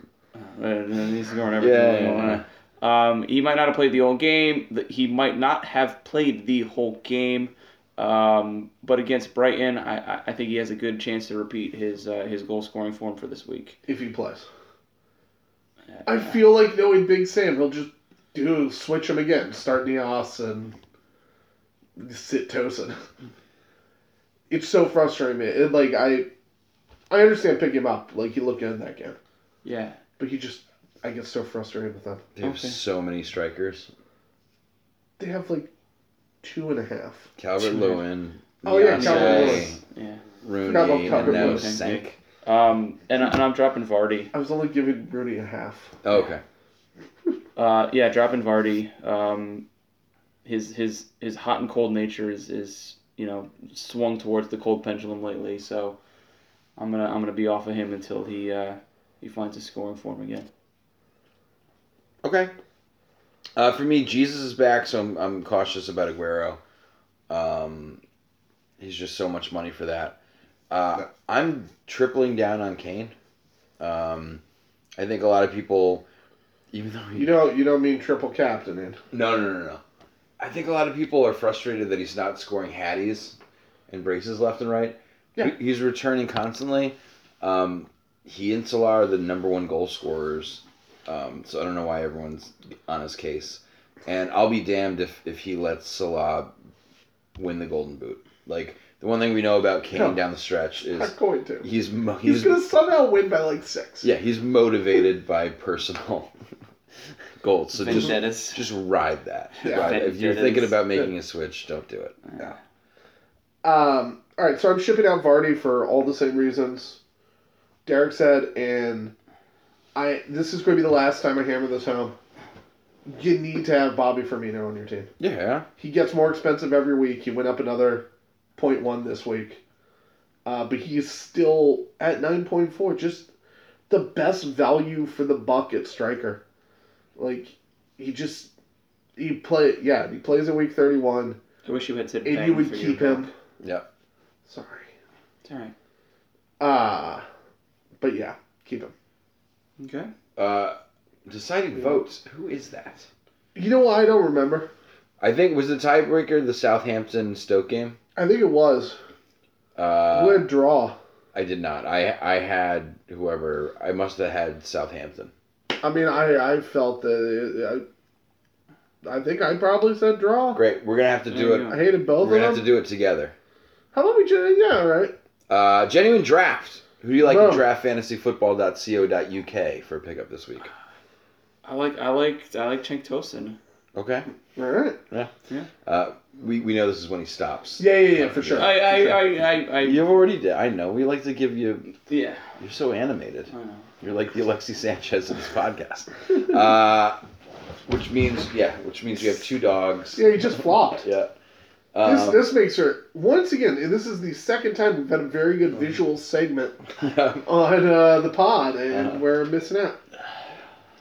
he's scoring Everton's
Yeah,
only goal,
yeah,
huh? Um, he might not have played the whole game. Th- He might not have played the whole game. Um, but against Brighton, I, I- I think he has a good chance to repeat his uh, his goal scoring form for this week.
if he plays, I feel like knowing Big Sam, he'll just do switch him again, start Neos and sit Tosin. It's so frustrating, man. It, like I, I understand picking him up. Like you look good in that game.
Yeah.
But you just, I get so frustrated with them.
They have
Okay.
so many strikers.
They have like two and a half.
Calvert Lewin.
Oh, yeah,
Calvert-Lewin. Yeah.
Forgot about
Rooney, and now
Calvert-Lewin.
Sank.
Um, and, and I'm dropping Vardy.
I was only giving Rooney a half.
Okay.
Uh, yeah, dropping Vardy. Um, his his his hot and cold nature is is you know swung towards the cold pendulum lately. So I'm gonna I'm gonna be off of him until he uh, he finds his scoring form again.
Okay. Uh, for me, Jesus is back, so I'm, I'm cautious about Aguero. Um, he's just so much money for that. Uh, I'm tripling down on Kane. Um, I think a lot of people, even though he,
You don't, you don't mean triple captain, man.
no, no, no, no. I think a lot of people are frustrated that he's not scoring hatties and braces left and right.
Yeah.
He- He's returning constantly. Um, he and Salah are the number one goal scorers. Um, so I don't know why everyone's on his case. And I'll be damned if, if he lets Salah win the golden boot. Like, the one thing we know about Kane
No.
down the stretch
Not
is
going to.
he's mo-
He's
he's,
gonna somehow win by like six.
yeah, he's motivated by personal goals. So just
Vendettas.
just ride that.
Yeah.
Ride it. If you're thinking
Vendettas.
about making a switch, don't do it.
Um. All right. So I'm shipping out Vardy for all the same reasons Derek said, and I. This is going to be the last time I hammer this home. You need to have Bobby Firmino on your team.
Yeah.
He gets more expensive every week. He went up another 0.1 this week. Uh, but he's still at 9.4. Just the best value for the buck at striker. Like he just he play yeah he plays in week thirty one
I wish you had said.
and
bang
you would
for your
keep
buck.
him.
Yeah.
Sorry.
It's all right.
Uh but yeah, keep him.
Okay.
Uh, deciding votes. Who is that?
You know what? I don't remember.
I think was the tiebreaker the Southampton Stoke game.
I think it was.
Uh,
what a draw.
I did not. I I had whoever. I must have had Southampton.
I mean, I I felt that it, I, I think I probably said draw.
Great. We're gonna have to do
There
it.
you go.
I hated both
We're gonna
of
have to
them.
do it together.
How about we just yeah all right?
Uh, genuine draft. Who do you like
Boom.
in draft fantasyfootball.co.uk for pickup this week?
I like I like I like Cenk Tosin.
Okay.
All right.
Uh, we, we know this is when he stops.
Yeah, yeah, yeah, for sure.
I I,
For sure.
I, I, I
You've already did. I know. We like to give you.
yeah.
You're so animated.
I know.
You're like the Alexi Sanchez of this podcast. Uh, which means yeah, which means you have two dogs.
yeah, he just flopped.
Yeah.
This,
Um,
this makes her once again. and This is the second time we've had a very
Uh-huh.
good visual segment on uh, the pod, and
Uh-huh.
we're missing out.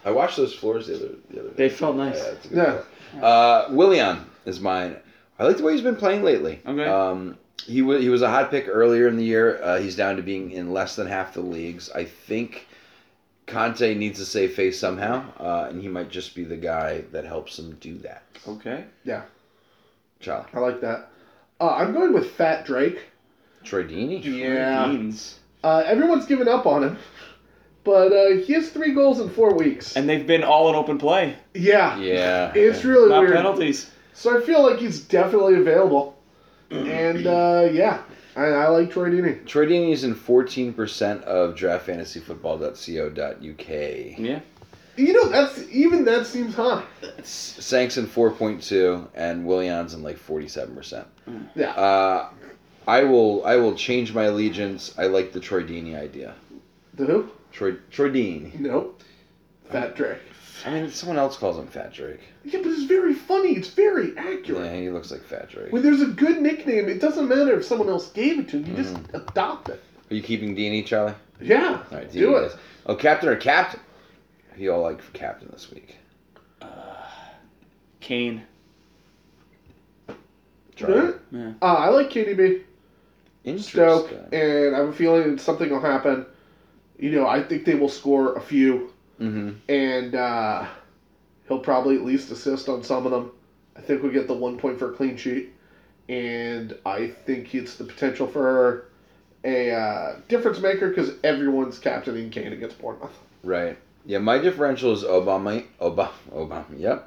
I watched those floors the other the other day.
They felt nice.
Yeah, it's a good
Yeah,
call. Uh, Willian is mine. I like the way he's been playing lately.
Okay.
Um, he was he was a hot pick earlier in the year. Uh, he's down to being in less than half the leagues. I think Conte needs to save face somehow, uh, and he might just be the guy that helps him do that.
Okay.
Charlie
I like that. Uh, I'm going with Fat Drake.
Troy Deeney?
Yeah.
Beans.
Uh, everyone's given up on him, but uh, he has three goals in four weeks.
And they've been all in open play,
yeah,
Yeah.
it's really
not
weird.
penalties.
So I feel like he's definitely available. and uh, yeah, I, I like Troy Deeney.
Troy Deeney is in fourteen percent of draftfantasyfootball.co.uk.
Yeah.
You know, that's even that seems high.
Sanks in 4.2 and Willian's in like 47%.
Mm. Yeah.
Uh, I will I will change my allegiance. I like the Troy Deeney idea.
The who?
Troy Troy Deeney.
Nope. Fat Drake.
I mean, someone else calls him Fat Drake.
Yeah, but it's very funny. It's very accurate.
Yeah, he looks like Fat Drake.
When there's a good nickname, it doesn't matter if someone else gave it to you. You just adopt it.
Are you keeping Deeney, Charlie?
Yeah.
All right,
do
Deeney
it.
is- Oh, captain or captain? Who y'all like for captain this week?
Kane.
Charlie?
Huh?
Yeah.
Uh, I like KDB Stoke,
Interesting.
and I have a feeling something will happen. You know, I think they will score a few,
Mm-hmm.
and uh, he'll probably at least assist on some of them. I think we get the one point for a clean sheet, and I think it's the potential for a uh, difference maker because everyone's captaining Kane against Bournemouth.
Right. Yeah, my differential is Obama. Obama. Obama. Yep.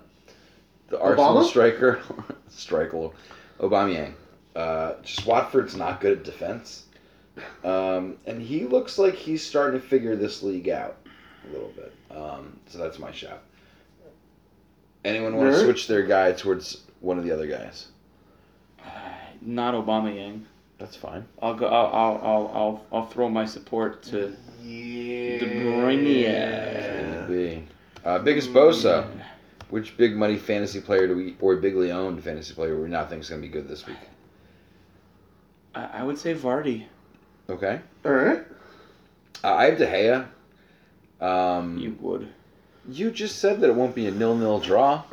The Arsenal
Obama?
striker, striker, Aubameyang. Uh, just Watford's not good at defense, um, and he looks like he's starting to figure this league out a little bit. Um, so that's my shout. Anyone want to
Really?
switch their guy towards one of the other guys?
Not Obama Yang.
That's fine.
I'll go. I'll. I'll. I'll. I'll, I'll throw my support to
Yeah.
De Bruyne.
Could be. Uh, biggest Bosa. Which big money fantasy player do we, or bigly owned fantasy player, we not think is going to be good this week?
I, I would say Vardy.
Okay.
All right.
Uh, I have De Gea. Um,
You
you,
would.
just said that it won't be a nil-nil draw,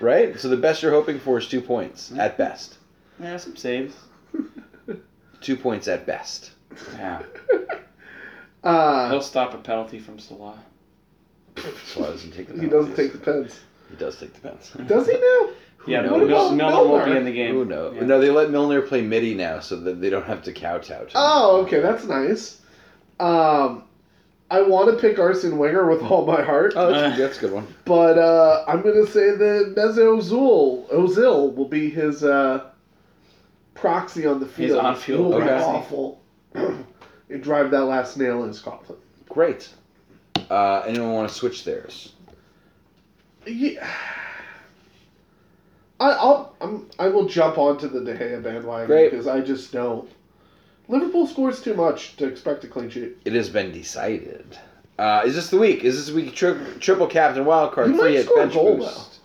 right? So the best you're hoping for is two points at best.
Yeah, some saves.
Two points at best.
Yeah.
Uh,
He'll stop a penalty from Salah.
So I doesn't take the
he
penalties.
doesn't take the pens.
He does take the pens.
Does he now?
Who
Yeah,
knows?
Mil- Mil-
about
Milner won't be
Milner?
in the game.
Who knows?
Yeah.
No, they let Milner play midi now, so that they don't have to kowtow to him.
Oh, okay, that's nice. Um, I want to pick Arsene Wenger with all my heart,
Oh, that's,
Uh.
that's a good one.
but uh, I'm gonna say that Meze Ozil, Ozil will be his uh, proxy on the field.
His on-field
He will be
proxy.
awful. and drive that last nail in Scotland.
Great. Uh, anyone want to switch theirs?
Yeah. I, I'll I'm, I will jump onto the De Gea bandwagon
Great.
because I just don't. Liverpool scores too much to expect a clean sheet.
It has been decided. Uh, is this the week? Is this the week tri- triple captain wild card
You might
free at
score a
bench
goal,
boost?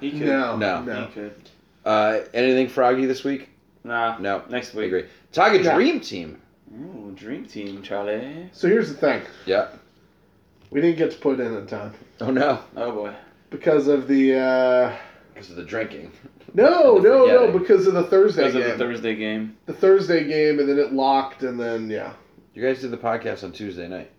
He could.
No,
No.
He
no.
could.
Uh, anything froggy this week?
Nah.
No,
Next
I
week.
agree. Target
Yeah.
Dream Team.
Ooh, dream team, Charlie.
So here's the thing:
Yeah.
we didn't get to put in in time
Oh no.
Oh boy.
because of the uh,
Because of the drinking.
no,
The
no, no,
forgetting.
because of the Thursday
Because of
game,
the Thursday game.
the Thursday game, and then it locked, and then yeah,
You guys did the podcast on Tuesday night.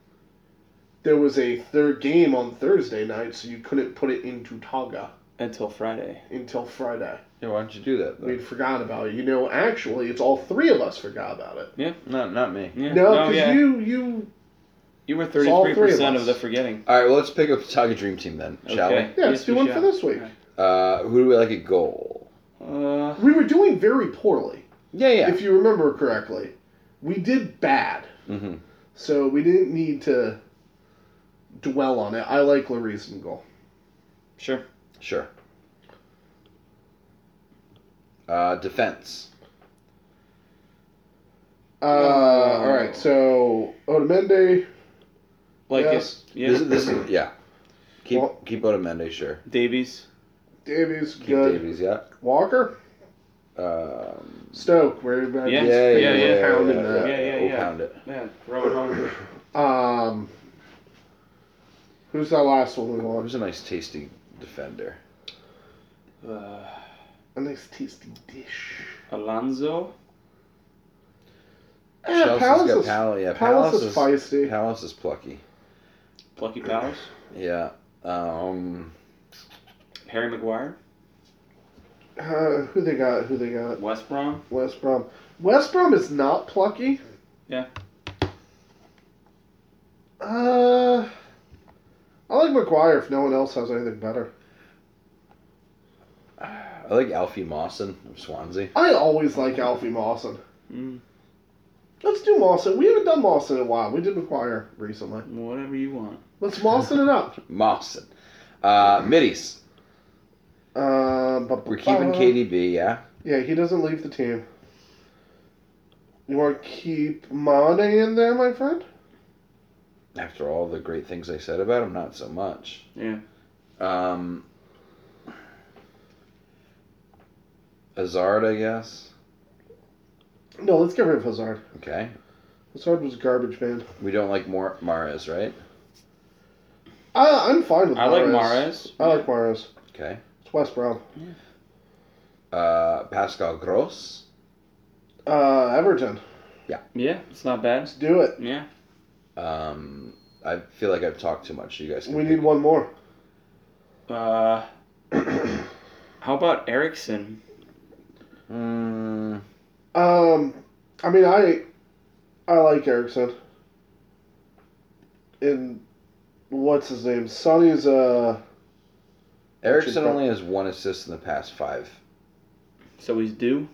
there was a third game on Thursday night, so you couldn't put it into Taga
Until Friday.
until Friday.
Yeah, why don't you do that?
We'd forgotten about it. You know, actually, it's all three of us forgot about it.
Not not me.
Yeah.
No,
No,
because
yeah. You,
you you
were
it's all three
thirty-three
of
percent of
us.
the forgetting.
All right. Well, let's pick up the Tiger Dream Team then, shall
Okay. Yes,
yeah, let's do
we
one for
shall.
this week.
we? Uh, who do we like at goal?
Uh,
We were doing very poorly,
Yeah, yeah.
if you remember correctly. We did bad,
mm-hmm.
so we didn't need to dwell on it. I like Larice and goal.
sure.
Sure. Uh, defense.
Uh,
Oh.
All right, so Otamende,
Like
Yeah.
it's yeah.
This, is- this is yeah. Keep
Well-
keep Otamende, sure.
Davies.
Davies,
Keep
good.
Davies, yeah.
Walker,
Um,
Stoke, where everybody
Yeah.
was
yeah, yeah,
pretty
yeah,
yeah,
yeah,
pounding
yeah,
that.
yeah, yeah,
We'll
yeah.
pound it.
Yeah. Robert Home.
Um, who's that last one we
Well,
want?
who's a nice tasty defender?
Uh,
A nice tasty dish.
Alonso.
Yeah,
Chelsea's
Palace
got
is,
Pal- yeah,
Palace is
Palace
feisty.
Palace is plucky.
Plucky Powers.
Yeah. Um,
Harry Maguire.
Uh, who they got? Who they got?
West Brom.
West Brom. West Brom is not plucky.
Yeah.
Uh, I like McGuire if no one else has anything better.
I like Alfie Mawson of Swansea.
I always like Alfie Mawson.
Mm,
Let's do Mawson. We haven't done Mawson in a while. We did McGuire recently.
whatever you want.
Let's Mawson it up.
Mawson. Uh, middies.
Um, but
We're keeping KDB, yeah.
Yeah, he doesn't leave the team. You want to keep Mane in there, my friend?
After all the great things they said about him, not so much.
Yeah.
Um, Hazard, I guess.
No, let's get rid of Hazard.
Okay.
Hazard was a garbage man.
We don't like more Mares, right?
I, I'm fine with.
I like
Mahrez.
Mares.
I like Mares.
Okay.
It's West Brom.
Uh, Pascal Gross.
Uh, Everton.
Yeah, it's not bad.
Let's do it.
Yeah.
Um, I feel like I've talked too much. You guys can
We need one more.
Uh, how about Erickson?
Mm,
Um, I mean, I, I like Erickson. And what's his name? Sonny's uh
Erickson
Richard
only has one assist in the past five.
So he's due.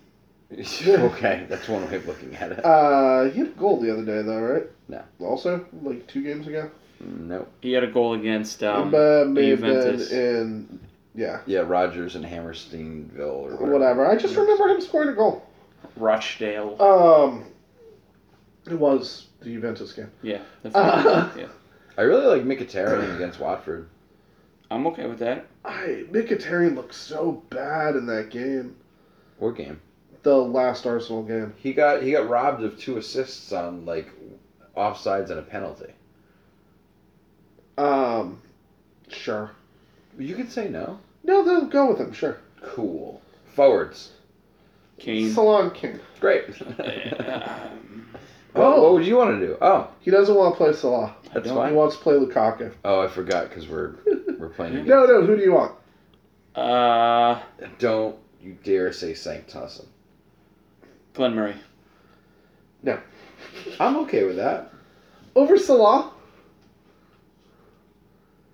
okay, that's one way of looking at it.
uh he had a goal the other day though, right?
No.
Also, like two games ago.
Nope.
He had a goal against um,
Uh, may have been
Juventus.
in yeah
Yeah, Rogers and Hammersteinville or whatever.
whatever. I just remember him scoring a goal.
Rochdale.
Um, it was the Juventus game.
yeah. That's
Uh,
yeah.
I really like Mkhitaryan against Watford.
I'm okay with that.
I Mkhitaryan looked so bad in that game.
What game?
The last Arsenal game.
He got he got robbed of two assists on like offsides and a penalty.
Um, sure.
You could say no.
No, they'll go with him. Sure.
Cool. Forwards.
Kane.
Salon King.
Great.
Um,
oh, what would you want to do? Oh,
He doesn't want to play Salah.
that's
don't
He
fine.
wants to play Lukaku.
Oh, I forgot because we're we're playing. again.
No, no. Who do you want?
uh,
Don't you dare say Sanctusum.
Glenn Murray.
I'm okay with that.
Over Salah?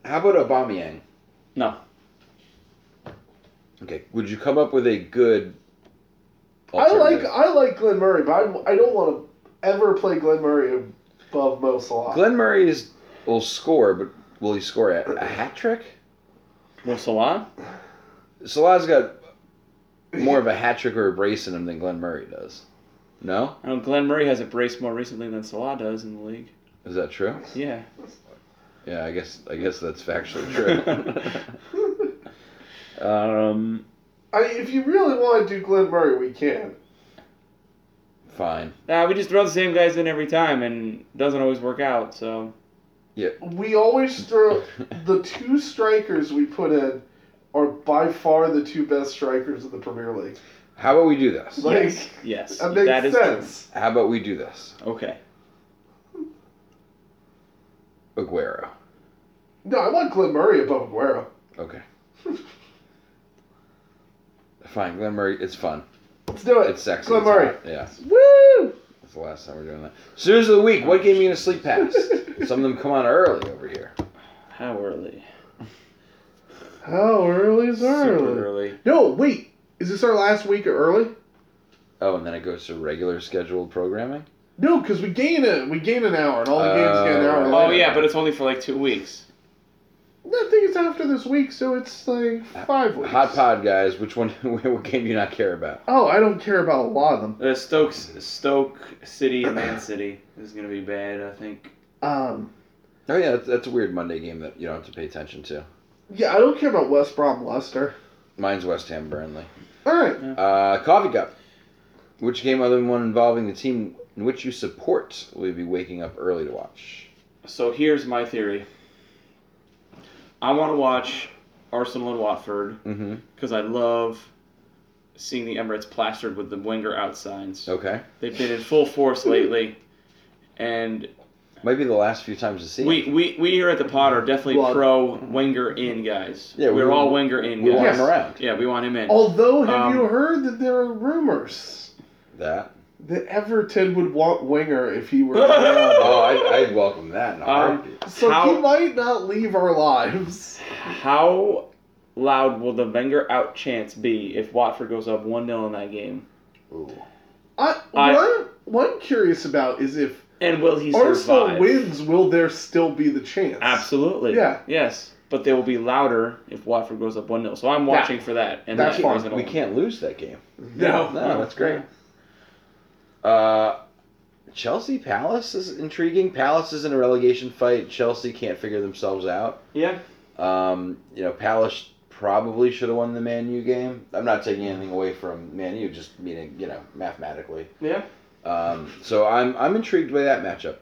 How about Aubameyang?
No.
Okay. Would you come up with a good?
I like
alternative?
I like Glenn Murray, but I'm, I don't want to ever play Glenn Murray above Mo Salah.
Glenn Murray is will score, but will he score a, a hat trick?
Will Salah?
Salah's got more of a hat trick or a brace in him than Glenn Murray does. No,
I know Glenn Murray has a brace more recently than Salah does in the league.
is that true?
Yeah.
Yeah, I guess I guess that's factually true. um,
I mean, if you really want to do Glenn Murray, we can.
Fine.
Uh, we just throw the same guys in every time, and it doesn't always work out. So
We always throw the two strikers we put in are by far the two best strikers in the Premier League.
How about we do this?
Like
yes, yes,
that makes
that is true.
sense.
How about we do this?
okay.
Aguero.
No, I want Glenn Murray above Aguero.
Okay. Fine, Glenn Murray. It's fun.
Let's do it.
It's sexy.
Glenn
It's
Murray.
hot. Yeah,
Woo!
it's the last time we're doing that. Snooze of the week. What gave me a sleep pass? Some of them come on early over here.
How early?
How early is
Super
early?
early.
No, wait. Is this our last week or early?
Oh, and then it goes to regular scheduled programming.
No, because we gain a we gain an hour, and all the games get an hour.
Oh,
Oh
later.
yeah, but it's only for like two weeks.
No, I think it's after this week, so it's like five weeks.
Hot pod guys. Which one? what game do you not care about?
Oh, I don't care about a lot of them.
Uh, Stoke, Stoke City, and Man City is gonna be bad. I think.
Um,
Oh yeah, that's, that's a weird Monday game that you don't have to pay attention to.
yeah, I don't care about West Brom Leicester.
Mine's West Ham Burnley.
All right,
Uh, Coffee Cup. Which game other than one involving the team in which you support will you be waking up early to watch?
So here's my theory. I want to watch Arsenal and Watford
Mm-hmm.
because I love seeing the Emirates plastered with the Wenger out signs.
Okay.
They've been in full force lately, and
Might be the last few times to see.
we,
him.
we, we here at the pod are definitely
Well-
pro Wenger in guys.
Yeah, we-
we're all Wenger in
we
guys.
want
Yes.
him around.
Yeah, we want him in.
Although, have
Um,
you heard that there are rumors
That.
that Everton would want Winger if he were around?
Oh, I'd, I'd welcome that in a
Um,
heartbeat.
so
How-
he might not leave our lives.
How loud will the Wenger out chance be if Watford goes up 1 0 in that game?
Ooh.
I,
I-
what, what I'm curious about is if
And will he
Arsenal
survive?
wins, will there still be the chance?
Absolutely.
Yeah.
Yes. But they will be louder if Watford goes up 1 0. So I'm watching for that. And
That's
that
fine.
doesn't
We
all-
can't lose that game.
No.
No, that's great. Uh, Chelsea Palace is intriguing. Palace is in a relegation fight. Chelsea can't figure themselves out.
Yeah.
Um, you know, Palace probably should have won the Man U game. I'm not taking anything away from Man U, just meaning you know mathematically.
Yeah.
Um, so I'm I'm intrigued by that matchup.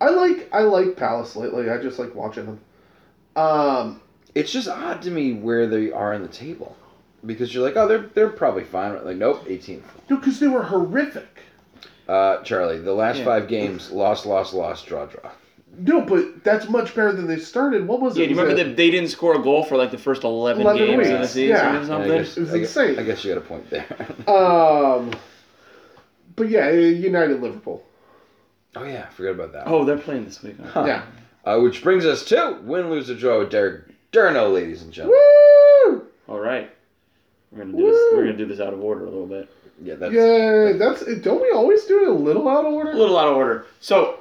I like I like Palace lately. I just like watching them. Um,
It's just odd to me where they are in the table, because you're like, oh, they're they're probably fine. Like, nope, 18th.
no, because they were horrific.
Uh, Charlie, the last
Yeah.
five games, loss, loss, loss, draw, draw.
No, but that's much better than they started. What was
Yeah,
it?
do you
Was
remember
it-
that they didn't score a goal for like the first 11,
11
games of the
weeks,
season
yeah.
or
And I
something?
guess-
It was
I gu-
insane.
I guess you got a point there.
Um, but yeah, United Liverpool.
oh yeah, I forgot about that.
oh, they're playing this week.
Huh.
Yeah.
Uh, which brings us to win, lose, or draw with Derek Durno, ladies and gentlemen.
Woo!
All right. We're gonna do this.
Woo.
We're gonna do this out of order a little bit.
Yeah, that's
yeah, that's don't we always do it a little out of order?
A little out of order. So,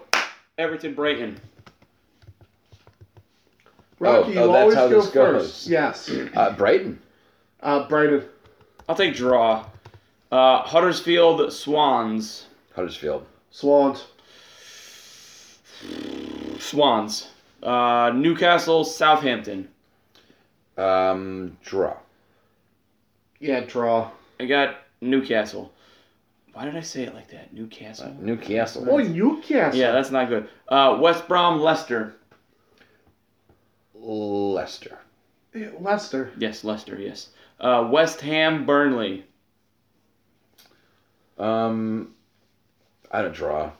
Everton, Brighton.
Rocky,
Oh, oh,
you
that's
always
how
go
this goes.
first. Yes.
uh, Brighton.
Uh, Brighton.
I'll take draw. Uh, Huddersfield, Swans.
Huddersfield.
Swans.
Swans. Uh, Newcastle, Southampton.
Um, draw.
Yeah, draw.
I got Newcastle. Why did I say it like that? Newcastle.
Newcastle.
Oh, Newcastle.
Yeah, that's not good. Uh, West Brom, Leicester.
Leicester.
Yeah, Leicester.
Yes, Leicester. Yes. Uh, West Ham, Burnley.
Um, I don't draw.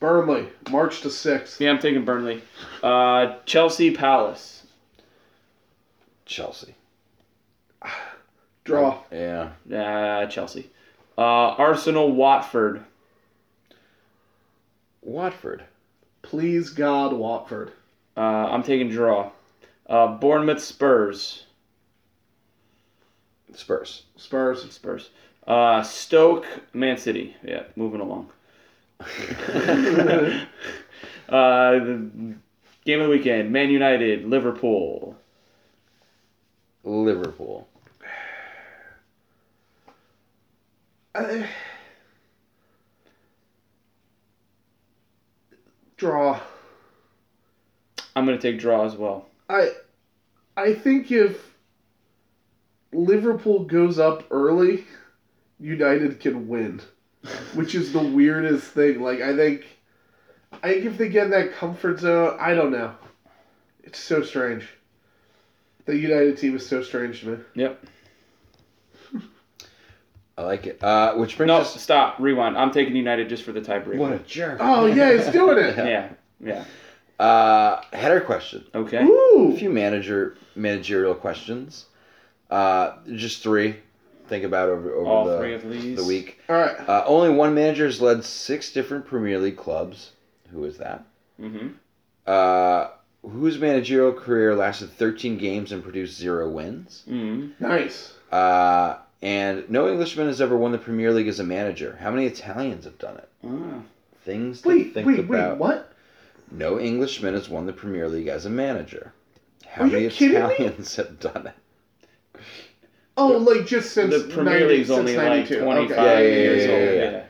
Burnley. March the 6th.
Yeah, I'm taking Burnley. Uh, Chelsea, Palace.
Chelsea.
Draw.
Yeah.
Uh, Chelsea. Uh, Arsenal, Watford.
Watford.
Please God, Watford.
Uh, I'm taking draw. Uh, Bournemouth, Spurs.
Spurs.
Spurs.
Spurs. Uh, Stoke, Man City. Yeah, moving along. uh, the game of the weekend: Man United, Liverpool.
Liverpool.
Uh, draw.
I'm gonna take draw as well.
I I think if Liverpool goes up early, United can win. which is the weirdest thing. Like I think, I think if they get in that comfort zone, I don't know. It's so strange. The United team is so strange to me.
Yep.
I like it. Uh, which brings
No,
us.
stop. Rewind. I'm taking United just for the tiebreaker.
What a jerk.
Oh yeah, he's doing it.
Yeah. Yeah.
Uh, header question.
Okay.
A
Ooh,
few manager managerial questions. Uh, just three. Think about over over
All
the,
three of these.
the week.
all right.
Uh, only one manager has led six different Premier League clubs. Who is that?
Mm-hmm.
Uh, whose managerial career lasted 13 games and produced zero wins?
Mm-hmm.
Nice.
Uh, and no Englishman has ever won the Premier League as a manager. How many Italians have done it?
Ah.
Things to
Wait,
think
wait,
about.
wait. What?
No Englishman has won the Premier League as a manager. How
Are you
many
kidding me?
Italians have done it?
Oh, like just since
The Premier
90
League's
since
only like
92.
25
Yeah, yeah, yeah,
years
yeah,
old.
yeah.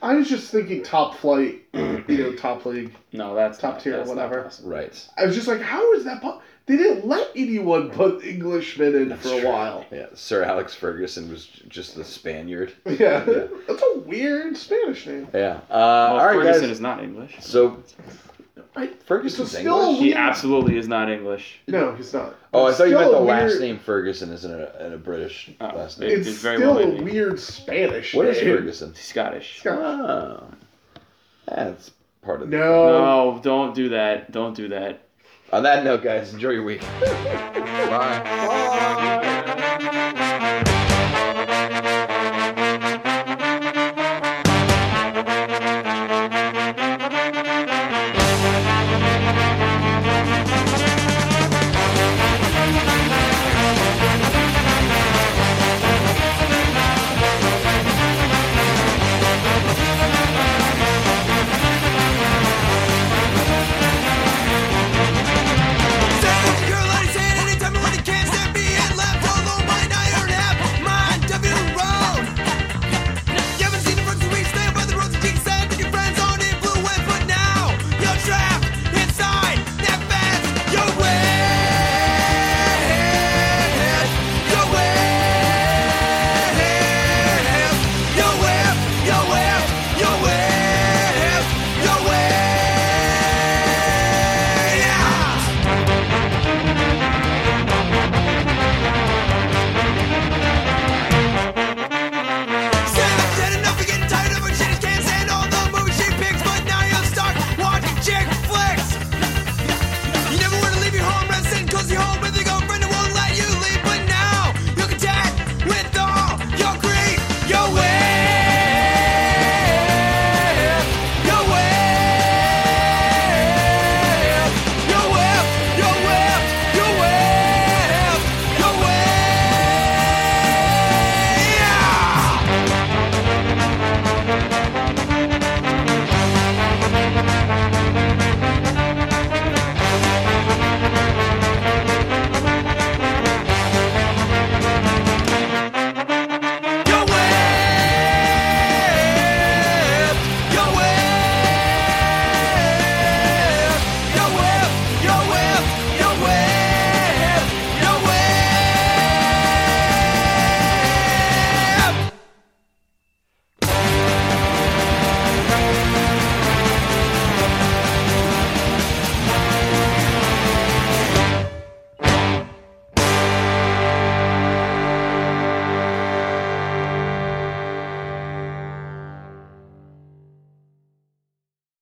I was just thinking top flight, you know, top league.
No, that's
Top
not,
tier,
that's not
whatever.
possible.
Right.
I was just like, how is that? Po- they didn't let anyone put Englishmen in
That's
for a
true.
while.
Yeah, Sir Alex Ferguson was j- just the Spaniard.
Yeah.
Yeah.
that's a weird Spanish name.
Yeah. Uh,
Well,
all right,
Ferguson
guys.
is not English.
So
I-
Ferguson's
So still-
English.
he absolutely is not English.
No, he's not.
Oh, I
It's
thought you
still
meant the
a
last
weird-
name Ferguson isn't a, in a British
Oh,
last
it-
name.
It's
It's very
still
well
a
made.
weird Spanish
What
name.
is Ferguson?
Scottish.
Scottish.
Oh, that's part of the-
No.
No, don't do that. Don't do that.
On that note, guys, enjoy your week. Bye.
Bye.